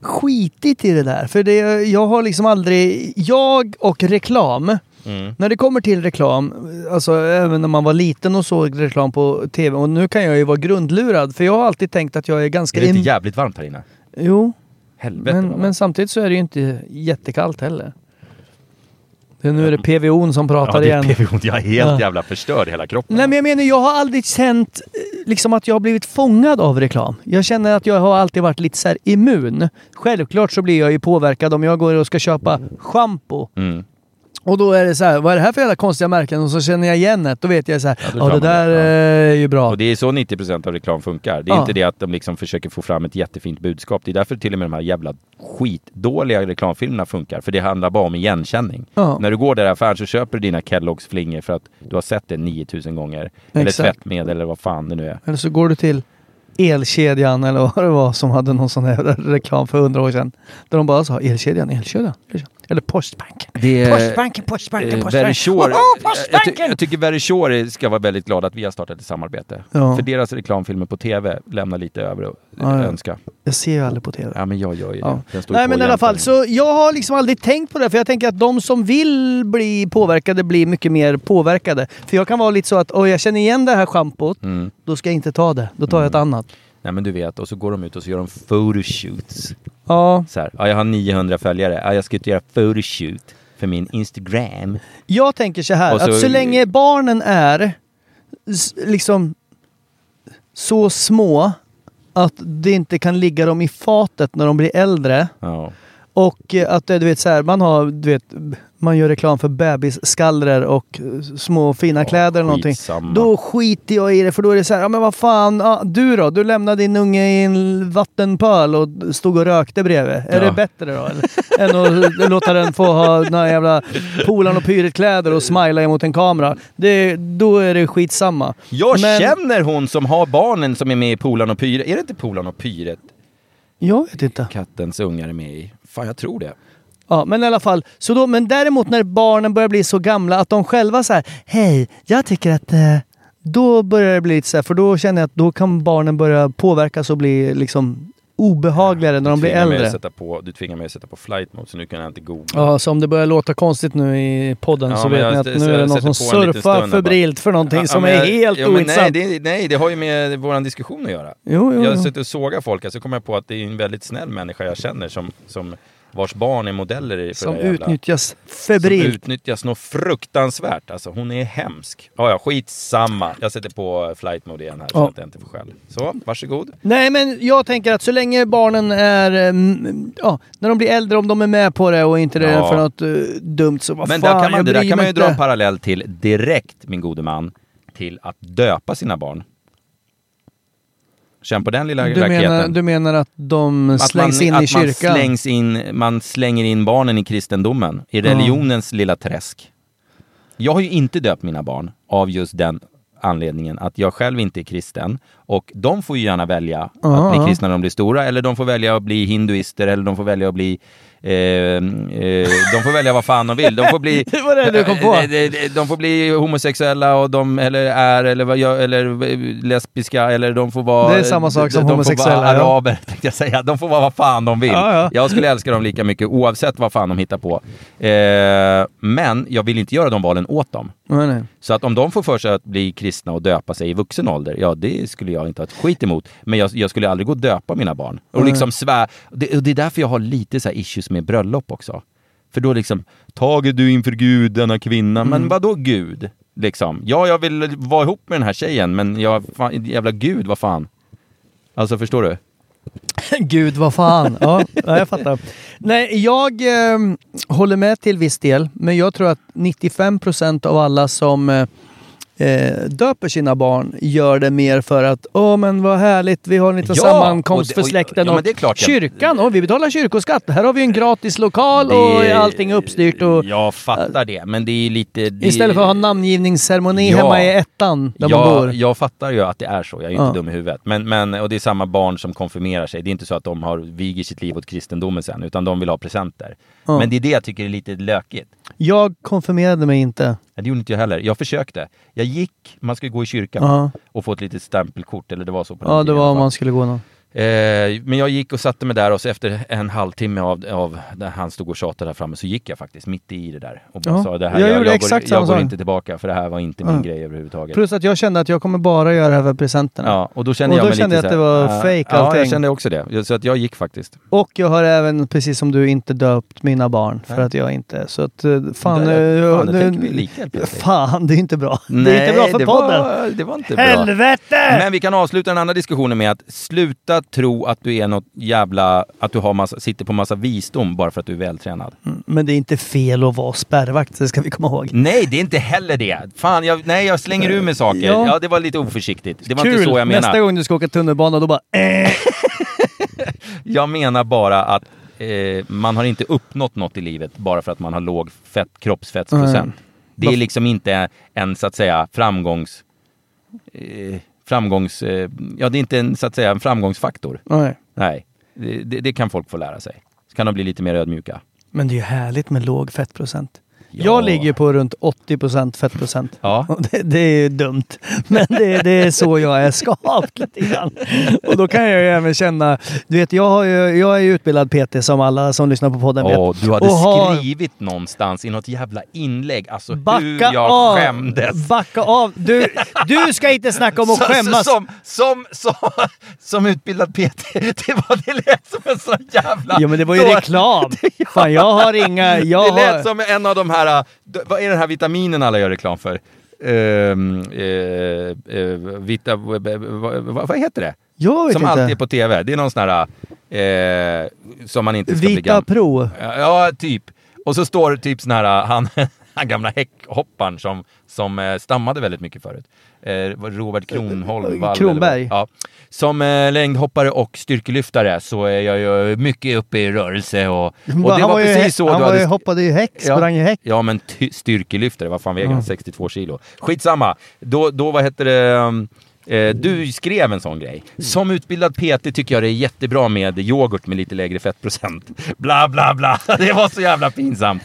Speaker 2: skitit i det där. För det, jag har liksom aldrig... Jag och reklam.
Speaker 3: Mm.
Speaker 2: När det kommer till reklam, alltså även när man var liten och såg reklam på tv. Och nu kan jag ju vara grundlurad för jag har alltid tänkt att jag är ganska...
Speaker 3: Är det
Speaker 2: im-
Speaker 3: inte jävligt varmt här inne?
Speaker 2: Jo,
Speaker 3: Helvete.
Speaker 2: men,
Speaker 3: vad
Speaker 2: men samtidigt så är det ju inte jättekallt heller. Det är nu är det PVO'n som pratar
Speaker 3: Ja, det är
Speaker 2: igen.
Speaker 3: PVO. Jag är helt
Speaker 2: Ja.
Speaker 3: jävla förstörd i hela kroppen.
Speaker 2: Nej men jag menar, jag har aldrig känt eh, liksom att jag har blivit fångad av reklam. Jag känner att jag har alltid varit lite så här immun. Självklart så blir jag ju påverkad om jag går och ska köpa schampo.
Speaker 3: Mm.
Speaker 2: Och då är det så här, vad är det här för jävla konstiga märken? Och så känner jag igen det. Då vet jag så här,
Speaker 3: Ja, då
Speaker 2: ja det
Speaker 3: kan man
Speaker 2: där
Speaker 3: det,
Speaker 2: eh, är ju bra.
Speaker 3: Och det är så 90% av reklam funkar. Det är
Speaker 2: Ja.
Speaker 3: inte det att de liksom försöker få fram ett jättefint budskap. Det är därför till och med de här jävla skitdåliga reklamfilmerna funkar. För det handlar bara om igenkänning.
Speaker 2: Ja.
Speaker 3: När du går där i affären så köper du dina Kelloggs flingor för att du har sett det 9000 gånger. Eller
Speaker 2: Exakt.
Speaker 3: tvättmedel eller vad fan det nu är.
Speaker 2: Eller så går du till Elkedjan eller vad det var som hade någon sån här reklam för hundra år sedan. Där de bara sa Elkedjan, Elkedjan. elkedjan." Eller Postbanken.
Speaker 3: Det är-
Speaker 2: Postbanken, Postbanken,
Speaker 3: Eh,
Speaker 2: Postbanken.
Speaker 3: Very Sure,
Speaker 2: Åh,
Speaker 3: jag, ty-
Speaker 2: Postbanken!
Speaker 3: jag tycker Very Sure ska vara väldigt glad att vi har startat ett samarbete.
Speaker 2: Ja.
Speaker 3: För deras reklamfilmer på tv lämnar lite över att
Speaker 2: Ja, ja.
Speaker 3: önska.
Speaker 2: Jag ser ju aldrig på TV.
Speaker 3: Ja men jag gör ju
Speaker 2: Ja.
Speaker 3: det. Den står ju
Speaker 2: Nej
Speaker 3: på
Speaker 2: men i alla
Speaker 3: jämt
Speaker 2: fall,
Speaker 3: där.
Speaker 2: så jag har liksom aldrig tänkt på det för jag tänker att de som vill bli påverkade blir mycket mer påverkade. För jag kan vara lite så att oj jag känner igen det här schampot,
Speaker 3: Mm.
Speaker 2: då ska jag inte ta det. Då tar jag ett annat.
Speaker 3: Nej men du vet, och så går de ut och så gör de photoshoots.
Speaker 2: Ja.
Speaker 3: Så här, ja, jag har 900 följare, ja, jag ska ut och göra photoshoot för min Instagram.
Speaker 2: Jag tänker så här,
Speaker 3: Och så-
Speaker 2: att så länge barnen är s- liksom så små att det inte kan ligga dem i fatet när de blir äldre.
Speaker 3: Ja.
Speaker 2: Och eh, att det, du vet så här, man har, du vet, b- man gör reklam för bebisskallror och eh, små fina kläder eller någonting.
Speaker 3: skitsamma.
Speaker 2: Då skiter jag i det för då är det så här, ja men vad fan, ja, du då? Du lämnade din unge i en vattenpöl och stod och rökte bredvid. Är
Speaker 3: Ja.
Speaker 2: det bättre då? Eller, än att låta den få ha några jävla polan och pyretkläder och smila emot en kamera. Det, då är det skitsamma.
Speaker 3: Jag
Speaker 2: Men-
Speaker 3: känner hon som har barnen som är med i Polan och Pyret. Är det inte Polan och Pyret
Speaker 2: Jag vet inte.
Speaker 3: kattens ungar är med i? Fan, jag tror det.
Speaker 2: Ja, men i alla fall. Så då, men däremot när barnen börjar bli så gamla att de själva så här, hej, jag tycker att eh, då börjar det bli lite så här, för då känner jag att då kan barnen börja påverkas och bli liksom obehagligare när de blir
Speaker 3: Tvingar mig
Speaker 2: äldre.
Speaker 3: att sätta på, du tvingar mig att sätta på flight mode, så nu kan jag inte googla.
Speaker 2: Ja, så om det börjar låta konstigt nu i podden
Speaker 3: Ja,
Speaker 2: så
Speaker 3: men
Speaker 2: vet
Speaker 3: jag
Speaker 2: ni att
Speaker 3: s-
Speaker 2: nu är det
Speaker 3: jag
Speaker 2: någon som
Speaker 3: sätter på en liten
Speaker 2: surfar
Speaker 3: stund här
Speaker 2: febrilt för någonting
Speaker 3: Ja,
Speaker 2: som
Speaker 3: men
Speaker 2: är
Speaker 3: jag-
Speaker 2: helt
Speaker 3: ja, men
Speaker 2: ointressant.
Speaker 3: Nej det, nej, det har ju med vår diskussion att göra.
Speaker 2: Jo, jo,
Speaker 3: jag
Speaker 2: jo.
Speaker 3: sitter och sågar folk, så alltså kommer jag på att det är en väldigt snäll människa jag känner som, som vars barn är modeller i- för
Speaker 2: Som
Speaker 3: det här jävla-
Speaker 2: utnyttjas
Speaker 3: som
Speaker 2: febrilt.
Speaker 3: utnyttjas något fruktansvärt. Alltså hon är hemsk. Ja, ja, skitsamma. Jag sätter på eh, flight mode igen här så
Speaker 2: Ja.
Speaker 3: att jag inte får skäll. Så, varsågod.
Speaker 2: Nej, men jag tänker att så länge barnen är... mm, Ja, när de blir äldre, om de är med på det och inte det är
Speaker 3: Ja.
Speaker 2: för något eh, dumt så vad
Speaker 3: Men
Speaker 2: fan,
Speaker 3: där kan man,
Speaker 2: jag
Speaker 3: det
Speaker 2: bryr
Speaker 3: där kan
Speaker 2: mig
Speaker 3: man ju
Speaker 2: inte.
Speaker 3: dra en parallell till direkt, min gode man, till att döpa sina barn. Känn på den lilla
Speaker 2: du
Speaker 3: raketen.
Speaker 2: menar, du menar att de
Speaker 3: Att
Speaker 2: slängs
Speaker 3: man,
Speaker 2: in
Speaker 3: att
Speaker 2: i kyrkan?
Speaker 3: Man, slängs in, man slänger in barnen i kristendomen, i religionens lilla träsk. Jag har ju inte döpt mina barn av just den anledningen att jag själv inte är kristen. Och de får ju gärna välja
Speaker 2: Ja,
Speaker 3: att
Speaker 2: ja.
Speaker 3: bli kristna när de blir stora, eller de får välja att bli hinduister, eller de får välja att bli... Eh, eh, de får välja vad fan de vill. De får bli...
Speaker 2: Det var det du kom på.
Speaker 3: Eh, de- de- De får bli homosexuella, och de, eller är, eller, vad gör- eller eh, lesbiska, eller de får vara...
Speaker 2: Det är samma sak som
Speaker 3: de- de får vara
Speaker 2: homosexuella, ja.
Speaker 3: araber, tänkte jag säga. De får vara vad fan de vill.
Speaker 2: Ja, ja.
Speaker 3: Jag skulle älska dem lika mycket oavsett vad fan de hittar på. Eh, men jag vill inte göra de valen åt dem.
Speaker 2: Nej, nej.
Speaker 3: Så att om de får för sig att bli kristna och döpa sig i vuxen ålder, ja det skulle jag inte ha ett skit emot. Men jag, jag skulle aldrig gå och döpa mina barn. Och liksom svär. Det, och det är därför jag har lite så här issues med bröllop också. För då liksom, tager du inför Gud denna kvinna,
Speaker 2: Mm.
Speaker 3: men vad då Gud? Liksom, ja jag vill vara ihop med den här tjejen, men jag, fan, jävla Gud, vad fan? Alltså förstår du?
Speaker 2: Gud, vad fan. Ja, ja, jag fattar. Nej, jag eh, håller med till viss del, men jag tror att 95% av alla som eh, eh, döper sina barn gör det mer för att åh men vad härligt, vi har en liten
Speaker 3: Ja,
Speaker 2: sammankomst
Speaker 3: och det-
Speaker 2: för
Speaker 3: och-
Speaker 2: släkten
Speaker 3: ja,
Speaker 2: och
Speaker 3: men det är klart jag-
Speaker 2: kyrkan och vi betalar kyrkoskatt. Här har vi en gratis lokal och allting är uppstyrt och
Speaker 3: Jag fattar det, men det är ju lite... Det...
Speaker 2: istället för att ha namngivningsceremoni
Speaker 3: Ja.
Speaker 2: hemma i ettan där man
Speaker 3: jag,
Speaker 2: bor.
Speaker 3: jag fattar ju att det är så, jag är ju
Speaker 2: Ja.
Speaker 3: inte dum i huvudet. Men, men, och det är samma barn som konfirmerar sig, det är inte så att de har viger sitt liv åt kristendomen sen, utan de vill ha presenter.
Speaker 2: Ja.
Speaker 3: Men det är det jag tycker är lite lökigt.
Speaker 2: Jag konfirmerade mig inte.
Speaker 3: Nej, Det gjorde inte jag heller. Jag försökte. Jag gick, man skulle gå i kyrkan
Speaker 2: Ja.
Speaker 3: och få ett litet stämpelkort, eller det var så på den
Speaker 2: Ja,
Speaker 3: tiden
Speaker 2: det
Speaker 3: i alla
Speaker 2: var om
Speaker 3: fall.
Speaker 2: man skulle gå någon.
Speaker 3: Eh, men jag gick och satte mig där och så efter en halvtimme av, av där han stod och tjatade där framme så gick jag faktiskt mitt i det där och bara
Speaker 2: Ja.
Speaker 3: sa det här,
Speaker 2: Jag
Speaker 3: jag,
Speaker 2: gjorde
Speaker 3: jag,
Speaker 2: exakt
Speaker 3: går,
Speaker 2: samma
Speaker 3: jag går
Speaker 2: sak.
Speaker 3: inte tillbaka för det här var inte min
Speaker 2: Ja.
Speaker 3: grej överhuvudtaget.
Speaker 2: Plus att jag kände att jag kommer bara göra det här för presenterna.
Speaker 3: ja, och då kände
Speaker 2: Och
Speaker 3: jag
Speaker 2: då
Speaker 3: mig
Speaker 2: kände
Speaker 3: lite
Speaker 2: jag att
Speaker 3: så här, "Ah,
Speaker 2: det var fake
Speaker 3: Ja, jag
Speaker 2: allting.
Speaker 3: kände också det. Så att jag gick faktiskt.
Speaker 2: Och jag har även, precis som du, inte döpt mina barn för att jag inte... Så att eh, fan...
Speaker 3: Där,
Speaker 2: eh,
Speaker 3: fan,
Speaker 2: jag-
Speaker 3: det
Speaker 2: nu-
Speaker 3: tänker vi lika helt plötsligt.
Speaker 2: Fan, det är inte bra. det är inte bra för
Speaker 3: det
Speaker 2: podden.
Speaker 3: Var, det var inte bra.
Speaker 2: Helvete!
Speaker 3: Men vi kan avsluta den andra diskussionen med att sluta tro att du är något jävla, att du har massa, sitter på massa visdom bara för att du är vältränad.
Speaker 2: Men det är inte fel att vara spärrvakt, det ska vi komma ihåg.
Speaker 3: Nej, det är inte heller det. Fan, jag, nej, jag slänger ur mig saker. Ja.
Speaker 2: Ja.
Speaker 3: det var lite oförsiktigt. Det var
Speaker 2: Kul!
Speaker 3: inte så jag
Speaker 2: Nästa
Speaker 3: menar.
Speaker 2: gång du ska åka tunnelbana, då bara... Eh.
Speaker 3: Jag menar bara att eh, man har inte uppnått något i livet bara för att man har låg fett, kroppsfettsprocent. Det är
Speaker 2: Vad-
Speaker 3: liksom inte en, så att säga, framgångs... Eh, framgångs... Eh, ja, det är inte en, så att säga, en framgångsfaktor.
Speaker 2: Nej.
Speaker 3: Nej, det, det, det kan folk få lära sig. Så kan de bli lite mer ödmjuka.
Speaker 2: Men det är ju härligt med låg fettprocent.
Speaker 3: Ja.
Speaker 2: Jag ligger på runt 80 procent fettprocent.
Speaker 3: Ja.
Speaker 2: Och Det, det är ju dumt, men det, det är så jag är skapt lite grann. Och då kan jag ju även känna, du vet jag, har ju, jag är ju utbildad PT som alla som lyssnar på podden vet.
Speaker 3: Åh, du hade
Speaker 2: Och har-
Speaker 3: skrivit någonstans i något jävla inlägg, alltså hur
Speaker 2: Backa
Speaker 3: jag
Speaker 2: av!
Speaker 3: skämdes.
Speaker 2: Backa av! Du, du ska inte snacka om att
Speaker 3: Så- så-
Speaker 2: skämmas!
Speaker 3: Som, som, som, som utbildad PT, det, var, det lät som en sån jävla...
Speaker 2: Ja men det var ju
Speaker 3: då-
Speaker 2: reklam! Fan jag har inga... Jag
Speaker 3: det lät
Speaker 2: har...
Speaker 3: som en av de här, äh, d- vad är den här vitaminen alla gör reklam för? Ehm, eh, eh, vita, v- v- vad, vad heter det?
Speaker 2: Jag vet
Speaker 3: som
Speaker 2: inte.
Speaker 3: alltid är på TV. Det är någon sån här eh, som man inte ska bli
Speaker 2: Vita
Speaker 3: gam-
Speaker 2: Pro.
Speaker 3: Ja, typ. Och så står det typ sån här, han, han gamla häckhopparen som, som eh, stammade väldigt mycket förut. Eh, var Robert Kronholm. Wall,
Speaker 2: Kronberg.
Speaker 3: eller vad- Ja. Som eh, längdhoppare och styrkelyftare så är jag ju mycket uppe i rörelse och, och det var,
Speaker 2: han ju-
Speaker 3: precis så
Speaker 2: Han
Speaker 3: du
Speaker 2: var
Speaker 3: hade...
Speaker 2: ju, hoppade ju häck, sprang ju häck.
Speaker 3: Ja, men ty- styrkelyftare, vad fan väger han? 62 kilo. Skitsamma. Då, då vad heter det... um, Eh, du skrev en sån grej. Som utbildad PT tycker jag det är jättebra med yoghurt med lite lägre fettprocent. Bla, bla, bla. Det var så jävla pinsamt.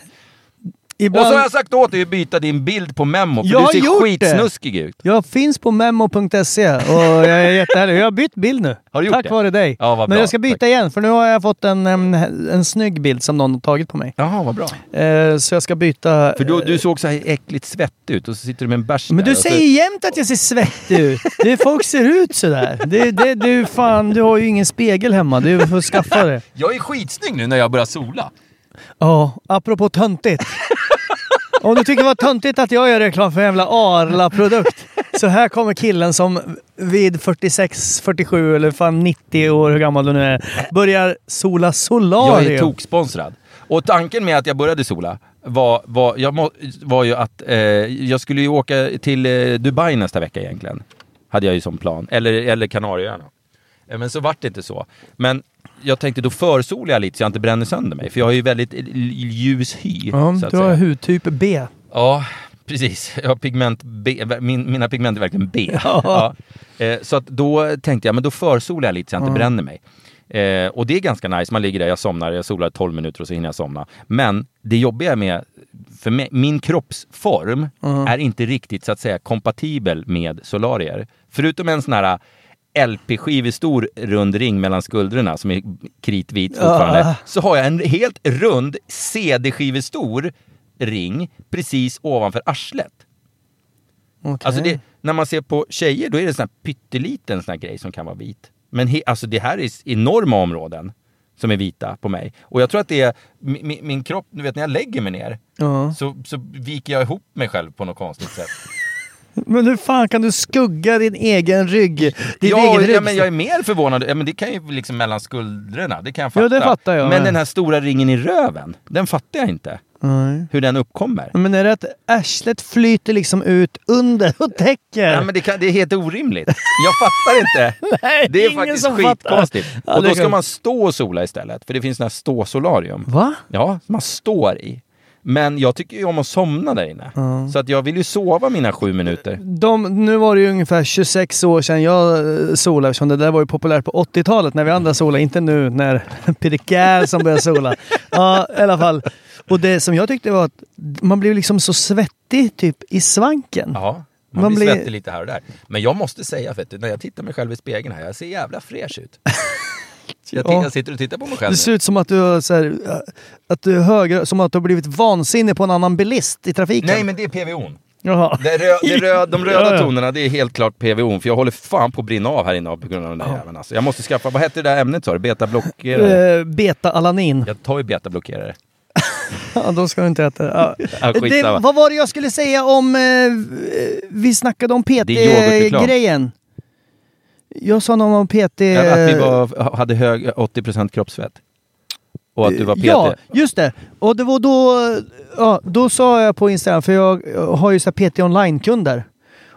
Speaker 3: Och
Speaker 2: Ibland...
Speaker 3: så har jag sagt åt dig att byta din bild på Memo, för
Speaker 2: Jag har
Speaker 3: du ser
Speaker 2: gjort det.
Speaker 3: skitsnuskig ut.
Speaker 2: Jag finns på memmo.se och jag är jättehärlig. Jag har bytt bild nu.
Speaker 3: Har du gjort
Speaker 2: Tack
Speaker 3: det?
Speaker 2: vare dig.
Speaker 3: Ja, vad
Speaker 2: Men
Speaker 3: bra.
Speaker 2: jag ska byta
Speaker 3: Tack.
Speaker 2: igen för nu har jag fått en, en, en snygg bild som någon har tagit på mig.
Speaker 3: Jaha, vad bra.
Speaker 2: Eh, så jag ska byta...
Speaker 3: För du, du såg så här äckligt svettig ut och så sitter du med en bärs
Speaker 2: Men
Speaker 3: där
Speaker 2: du
Speaker 3: och så-
Speaker 2: säger jämt att jag ser svettig ut. Det är, folk ser ut sådär. Det, det, du, fan, du har ju ingen spegel hemma. Du får skaffa det.
Speaker 3: Jag är skitsnygg nu när jag börjar sola.
Speaker 2: Ja, apropå töntigt. Om du tycker det var töntigt att jag gör reklam för en jävla Arla-produkt. Så här kommer killen som vid 46, 47 eller fan 90 år, hur gammal du nu är, börjar sola solarium.
Speaker 3: Jag är toksponsrad. Och tanken med att jag började sola var, var, jag må, var ju att eh, jag skulle ju åka till eh, Dubai nästa vecka egentligen. Hade jag ju som plan. Eller, eller Kanarieöarna. Eh, Men så vart det inte så. Men jag tänkte då försolar jag lite så jag inte bränner sönder mig. För jag har ju väldigt eh, l- ljus hy.
Speaker 2: Ja,
Speaker 3: så att
Speaker 2: du har
Speaker 3: säga.
Speaker 2: hudtyp B.
Speaker 3: Ja, precis. Jag har pigment B. Min, mina pigment är verkligen B. Ja. Eh, Så att då tänkte jag, men då försolar jag lite så jag inte bränner mig. Eh, och det är ganska nice, man ligger där, jag somnar, jag solar 12 minuter och så hinner jag somna. Men det jobbiga med, för mig, min kroppsform är inte riktigt så att säga kompatibel med solarier. Förutom en sån här eh, LP-skivestor rund ring mellan skuldrorna som är kritvit fortfarande. Så har jag en helt rund CD-skivestor ring precis ovanför arslet.
Speaker 2: Okej.
Speaker 3: Alltså det, när man ser på tjejer då är det sån här pytteliten sån här grej som kan vara vit. Men he, alltså det här är s- enorma områden som är vita på mig. Och jag tror att det är mi- mi- min kropp, du vet när jag lägger mig ner
Speaker 2: Ja.
Speaker 3: så, så viker jag ihop mig själv på något konstigt sätt.
Speaker 2: Men hur fan kan du skugga din egen rygg? Din
Speaker 3: Ja,
Speaker 2: egen
Speaker 3: ja,
Speaker 2: rygg.
Speaker 3: men jag är mer förvånad. Ja, men det kan ju liksom mellan skuldrorna, det kan jag fatta.
Speaker 2: Ja, det fattar jag
Speaker 3: Men
Speaker 2: med.
Speaker 3: den här stora ringen i röven, den fattar jag inte.
Speaker 2: Nej.
Speaker 3: Hur den uppkommer.
Speaker 2: Men är det att arslet flyter liksom ut under och täcker?
Speaker 3: Ja, men det, kan, det är helt orimligt. Jag fattar inte.
Speaker 2: Nej,
Speaker 3: det är
Speaker 2: ingen
Speaker 3: faktiskt
Speaker 2: som fattar.
Speaker 3: skitkonstigt.
Speaker 2: Ja,
Speaker 3: och
Speaker 2: det
Speaker 3: då
Speaker 2: är
Speaker 3: ska
Speaker 2: sjukt.
Speaker 3: man stå och sola istället, för det finns sådana här ståsolarium.
Speaker 2: Va?
Speaker 3: Ja, som man står i. Men jag tycker ju om att somna där inne. Så att jag vill ju sova mina sju minuter.
Speaker 2: Mm. De, nu var det ju ungefär 26 år sedan jag eh, solade eftersom det där var ju populärt på 80-talet när vi andra solade, inte nu när Peter Gahr som började sola. Ja, i alla fall. Och det som jag tyckte var att man blev liksom så svettig typ i svanken.
Speaker 3: Ja, man,
Speaker 2: Man
Speaker 3: blir
Speaker 2: blir-
Speaker 3: svettig lite här och där. Men jag måste säga, vet du, när jag tittar mig själv i spegeln här, jag ser jävla fräsch ut. Jag, t-
Speaker 2: Ja.
Speaker 3: jag sitter och tittar på mig själv
Speaker 2: Det ser ut som att du, har så här, äh, att du är höger, som att du har blivit vansinnig på en annan bilist i
Speaker 3: nu.
Speaker 2: trafiken.
Speaker 3: Nej, men det är PVO'n.
Speaker 2: Jaha.
Speaker 3: Det rö, det rö, de
Speaker 2: Ja,
Speaker 3: röda
Speaker 2: ja.
Speaker 3: tonerna, det är helt klart PVO'n, för jag håller fan på att brinna av här inne på grund av den där jäveln. Alltså. Jag måste skaffa, vad hette det där ämnet sa du? Betablockerare?
Speaker 2: Eh, Beta-alanin.
Speaker 3: Jag tar ju betablockerare.
Speaker 2: Ja, då ska du inte äta. Ja.
Speaker 3: Ja,
Speaker 2: det,
Speaker 3: skitsamma.
Speaker 2: vad var det jag skulle säga om... Eh, vi snackade om
Speaker 3: Det är yoghurtreklam.
Speaker 2: PT-grejen. Jag sa någon om PT...
Speaker 3: Att vi
Speaker 2: eh,
Speaker 3: var, hade hög 80% kroppsfett. Och att du var PT.
Speaker 2: Ja, just det. Och det var då, ja, då sa jag på Instagram, för jag har ju så här PT online-kunder.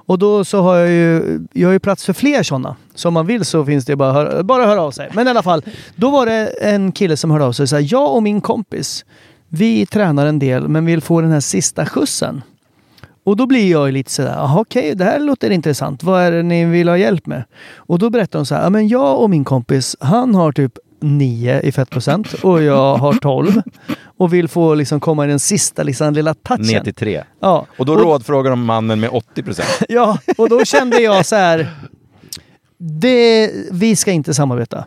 Speaker 2: Och då så har jag ju, jag har ju plats för fler sådana. Så om man vill så finns det bara, hör, bara höra av sig. Men i alla fall, då var det en kille som hörde av sig så här, jag och min kompis, vi tränar en del men vill få den här sista skjutsen. Och då blir jag ju lite sådär, jaha okej, det här låter intressant. Vad är det ni vill ha hjälp med? Och då berättar hon så här, ja men jag och min kompis, han har typ 9 i fettprocent och jag har 12. Och vill få liksom komma i den sista liksom, lilla touchen.
Speaker 3: Ner till 3.
Speaker 2: Ja.
Speaker 3: Och då rådfrågar de mannen med 80%.
Speaker 2: Ja, och då kände jag så här. Det, vi ska inte samarbeta.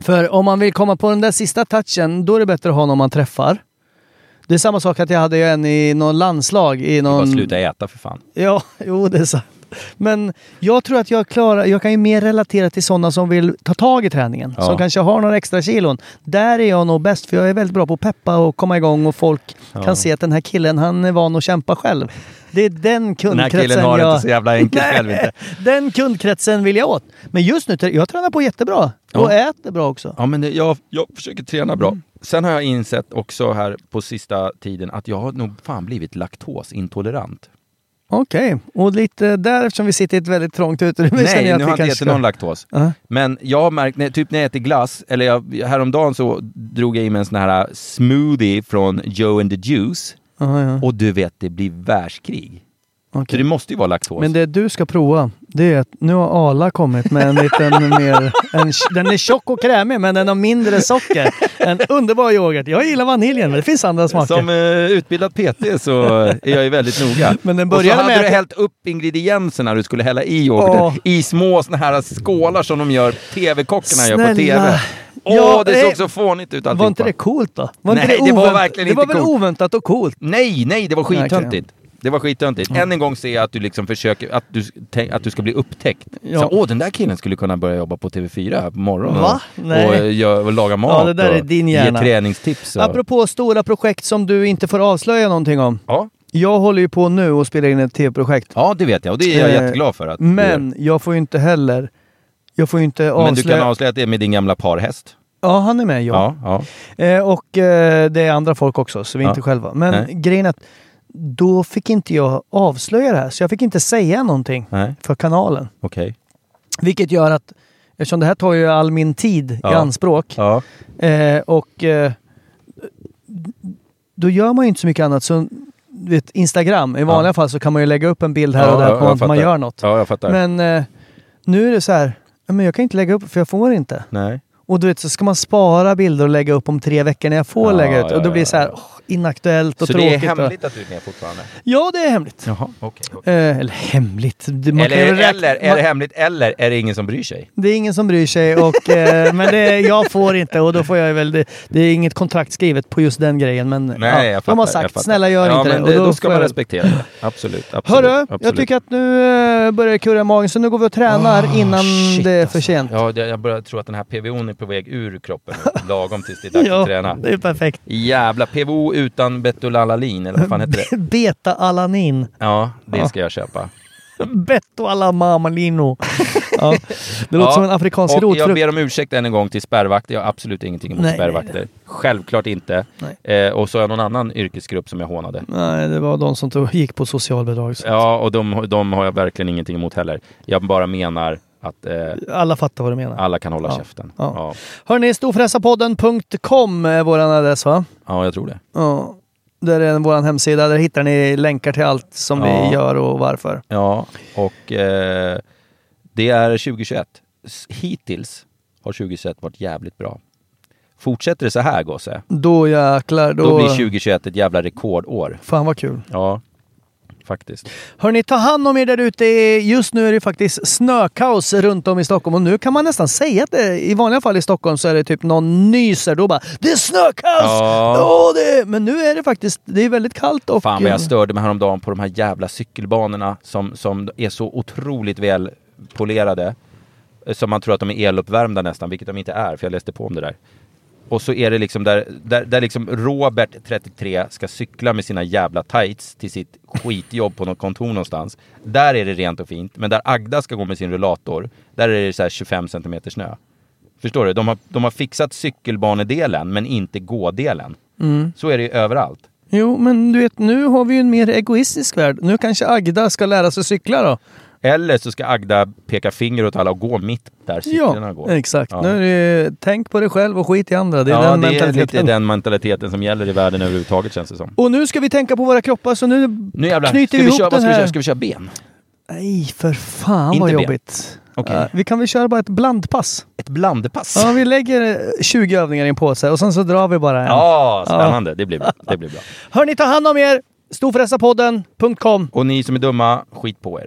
Speaker 2: För om man vill komma på den där sista touchen, då är det bättre att ha någon man träffar. Det är samma sak att jag hade ju en i någon landslag i
Speaker 3: Bara
Speaker 2: någon...
Speaker 3: sluta äta för fan.
Speaker 2: Ja, jo det är sant. Men jag tror att jag klarar, jag kan ju mer relatera till sådana som vill ta tag i träningen.
Speaker 3: Ja.
Speaker 2: Som kanske har några extra kilon. Där är jag nog bäst för jag är väldigt bra på att peppa och komma igång och folk kan se att den här killen han är van att kämpa själv. Det är den
Speaker 3: Den här
Speaker 2: kundkretsen
Speaker 3: killen har det
Speaker 2: jag...
Speaker 3: inte så jävla enkelt själv inte.
Speaker 2: Den kundkretsen vill jag åt. Men just nu, jag tränar på jättebra. Och äter bra också.
Speaker 3: Ja, men det, jag, jag försöker träna bra. Sen har jag insett också här på sista tiden att jag har nog fan blivit laktosintolerant.
Speaker 2: Okej, och lite där eftersom vi sitter i ett väldigt trångt utrymme känner
Speaker 3: Nej,
Speaker 2: jag att
Speaker 3: nu har
Speaker 2: vi
Speaker 3: jag inte
Speaker 2: kanske
Speaker 3: ätit någon
Speaker 2: ska-
Speaker 3: laktos.
Speaker 2: Ja.
Speaker 3: Men jag har märkt, när, typ när jag äter glass, eller jag, häromdagen så drog jag i mig en sån här smoothie från Joe and the Juice.
Speaker 2: Ja, ja.
Speaker 3: Och du vet, det blir världskrig. Så
Speaker 2: Okej.
Speaker 3: det måste ju vara laktos.
Speaker 2: Men det du ska prova, det är att nu har Arla kommit med en liten mer... En, den är tjock och krämig men den har mindre socker. En underbar yoghurt. Jag gillar vaniljen men det finns andra smaker.
Speaker 3: Som eh, utbildad PT så är jag ju väldigt noga.
Speaker 2: Men den
Speaker 3: och så
Speaker 2: började
Speaker 3: hade
Speaker 2: med
Speaker 3: du
Speaker 2: att-
Speaker 3: hällt upp ingredienserna du skulle hälla i yoghurten
Speaker 2: Åh.
Speaker 3: i små såna här skålar som de gör, TV-kockarna gör på
Speaker 2: Snälla.
Speaker 3: TV. Åh,
Speaker 2: Ja,
Speaker 3: det
Speaker 2: nej.
Speaker 3: såg så fånigt ut
Speaker 2: var inte det
Speaker 3: alltihopa.
Speaker 2: coolt då? Var
Speaker 3: Nej,
Speaker 2: inte
Speaker 3: det var
Speaker 2: ovänt-
Speaker 3: verkligen
Speaker 2: Det var
Speaker 3: inte
Speaker 2: väl
Speaker 3: coolt.
Speaker 2: oväntat och coolt?
Speaker 3: Nej, nej, det var
Speaker 2: Nej, okej.
Speaker 3: skittöntigt. Det var skittöntigt. Än en gång ser jag att du liksom försöker, att du, tänk, att du ska bli upptäckt.
Speaker 2: Ja.
Speaker 3: Så, åh, den där killen skulle kunna börja jobba på TV4 här på morgonen.
Speaker 2: Va?
Speaker 3: Och,
Speaker 2: Nej.
Speaker 3: och, gör- och laga mat
Speaker 2: det där
Speaker 3: och
Speaker 2: är din
Speaker 3: ge
Speaker 2: hjärna.
Speaker 3: träningstips. Och,
Speaker 2: Apropå stora projekt som du inte får avslöja någonting om.
Speaker 3: ja.
Speaker 2: Jag håller ju på nu och spelar in ett tv-projekt.
Speaker 3: ja, det vet jag och det är jag
Speaker 2: Eh,
Speaker 3: jätteglad för. Att du gör.
Speaker 2: Men jag får ju inte heller... Jag får ju inte avslöja...
Speaker 3: Men du kan avslöja att det är med din gamla parhäst.
Speaker 2: Ja, han är med, ja.
Speaker 3: Ja, ja.
Speaker 2: Eh, och eh, det är andra folk också, så vi är
Speaker 3: Ja.
Speaker 2: inte själva. Men
Speaker 3: Nej.
Speaker 2: grejen är att då fick inte jag avslöja det här, så jag fick inte säga någonting
Speaker 3: Nej,
Speaker 2: för kanalen.
Speaker 3: okej.
Speaker 2: Vilket gör att, eftersom det här tar ju all min tid i
Speaker 3: Ja.
Speaker 2: anspråk,
Speaker 3: Ja.
Speaker 2: Eh, och eh, då gör man ju inte så mycket annat. Så, du vet, Instagram, i vanliga fall så kan man ju lägga upp en bild här
Speaker 3: ja,
Speaker 2: och där
Speaker 3: ja,
Speaker 2: på
Speaker 3: jag
Speaker 2: att man
Speaker 3: fattar.
Speaker 2: gör något.
Speaker 3: Ja, jag fattar.
Speaker 2: Men eh, nu är det så här, ja, men jag kan inte lägga upp för jag får inte.
Speaker 3: Nej.
Speaker 2: Och du vet så ska man spara bilder och lägga upp om tre veckor när jag får
Speaker 3: Ja,
Speaker 2: lägga ut.
Speaker 3: ja,
Speaker 2: Och då blir det
Speaker 3: ja,
Speaker 2: så här
Speaker 3: ja.
Speaker 2: åh, inaktuellt och
Speaker 3: Så det
Speaker 2: tråkigt.
Speaker 3: är hemligt
Speaker 2: Och,
Speaker 3: att du är med fortfarande?
Speaker 2: ja, det är hemligt.
Speaker 3: Jaha, okej. okej.
Speaker 2: Eh, eller hemligt. Det- man kan
Speaker 3: Eller,
Speaker 2: ju räkna-
Speaker 3: eller är
Speaker 2: man-
Speaker 3: det hemligt eller är det ingen som bryr sig?
Speaker 2: Det är ingen som bryr sig, och, eh, men det, jag får inte. Och då får jag väl, det, det är inget kontrakt skrivet på just den grejen. Men
Speaker 3: Nej,
Speaker 2: ja,
Speaker 3: jag fattar.
Speaker 2: de har
Speaker 3: jag
Speaker 2: sagt,
Speaker 3: fattar.
Speaker 2: snälla gör
Speaker 3: ja,
Speaker 2: inte
Speaker 3: men
Speaker 2: det.
Speaker 3: Då,
Speaker 2: Och
Speaker 3: ska
Speaker 2: får
Speaker 3: man
Speaker 2: jag-
Speaker 3: respектera det. Absolut. absolut
Speaker 2: Hörru, jag
Speaker 3: absolut. Ah,
Speaker 2: tycker att nu eh, börjar det kurra i magen, så nu går vi och tränar innan
Speaker 3: Shit,
Speaker 2: det är
Speaker 3: alltså.
Speaker 2: för sent.
Speaker 3: Ja, det- jag börjar tro att den här PVO'n är på väg ur kroppen nu, lagom tills det är dags att träna.
Speaker 2: det är perfekt.
Speaker 3: Jävla PVO utan betolalalanin, eller vad fan heter det?
Speaker 2: Beta-alanin.
Speaker 3: Ja, det ska jag köpa.
Speaker 2: Betto alla mamalino. ja. Det låter
Speaker 3: Ja,
Speaker 2: som en afrikansk
Speaker 3: och Jag
Speaker 2: rotfrukt.
Speaker 3: ber om ursäkt än en gång till spärrvakter. Jag har absolut ingenting emot
Speaker 2: Nej,
Speaker 3: spärrvakter. Självklart inte. Eh, och så har jag någon annan yrkesgrupp som jag hånade.
Speaker 2: Nej, det var de som tog, gick på socialbidrag. Så.
Speaker 3: Ja, och de, de har jag verkligen ingenting emot heller. Jag bara menar att eh,
Speaker 2: Alla fattar vad du menar.
Speaker 3: alla kan hålla
Speaker 2: Ja.
Speaker 3: käften.
Speaker 2: Ja.
Speaker 3: Ja.
Speaker 2: Hörni, storfräsarpodden.com är vår adress va?
Speaker 3: ja, jag tror det.
Speaker 2: Ja. Där är vår hemsida. Där hittar ni länkar till allt som
Speaker 3: Ja.
Speaker 2: vi gör och varför.
Speaker 3: Ja, och eh, det är 2021. S- Hittills har 2021 varit jävligt bra. Fortsätter det så här, Gosse,
Speaker 2: Då jäklar, då...
Speaker 3: då blir 2021 ett jävla rekordår.
Speaker 2: Fan vad kul.
Speaker 3: Ja. faktiskt.
Speaker 2: Hörni, ta hand om er där ute. Just nu är det faktiskt snökaos runt om i Stockholm och nu kan man nästan säga att det, i vanliga fall i Stockholm så är det typ någon nyser. Då bara “Det är snökaos!”
Speaker 3: Ja.
Speaker 2: Åh, det är-" Men nu är det faktiskt, det är väldigt kallt och... eh,
Speaker 3: Fan vad jag störde mig häromdagen på de här jävla cykelbanorna som, som är så otroligt väl polerade. eh, Som man tror att de är eluppvärmda nästan, vilket de inte är, för jag läste på om det där. Och så är det liksom där, där, där liksom Robert, 33, ska cykla med sina jävla tights till sitt skitjobb på något kontor någonstans. Där är det rent och fint, men där Agda ska gå med sin rullator, där är det så här 25 centimeter snö. Förstår du? De har, de har fixat cykelbanedelen, men inte gådelen. Så är det ju överallt.
Speaker 2: eh, Jo, men du vet, nu har vi ju en mer egoistisk värld. Nu kanske Agda ska lära sig cykla då.
Speaker 3: Eller så ska Agda peka finger åt alla och gå mitt där cyklarna går.
Speaker 2: exakt.
Speaker 3: Ja.
Speaker 2: Nu är det, tänk på dig själv och skit i andra. Det är
Speaker 3: ja,
Speaker 2: den
Speaker 3: det är lite
Speaker 2: mentaliteten.
Speaker 3: den mentaliteten som gäller i världen överhuvudtaget känns det som.
Speaker 2: Och nu ska vi tänka på våra kroppar, så nu,
Speaker 3: Nu jävlar,
Speaker 2: knyter
Speaker 3: ska
Speaker 2: vi
Speaker 3: vi,
Speaker 2: ihop
Speaker 3: köra, vad
Speaker 2: den
Speaker 3: ska vi
Speaker 2: här.
Speaker 3: köra? Ska vi köra ben?
Speaker 2: Nej, för fan
Speaker 3: Inte
Speaker 2: vad
Speaker 3: ben.
Speaker 2: jobbigt.
Speaker 3: Okej.
Speaker 2: Ja, vi kan väl köra bara ett blandpass?
Speaker 3: Ett blandpass?
Speaker 2: Ja, vi lägger eh, 20 övningar i en påse och sen så drar vi bara en.
Speaker 3: Ja, spännande. Det blir bra. Det blir bra.
Speaker 2: Hörni, ta hand om er! Storfräsarpodden.com
Speaker 3: Och ni som är dumma, skit på er.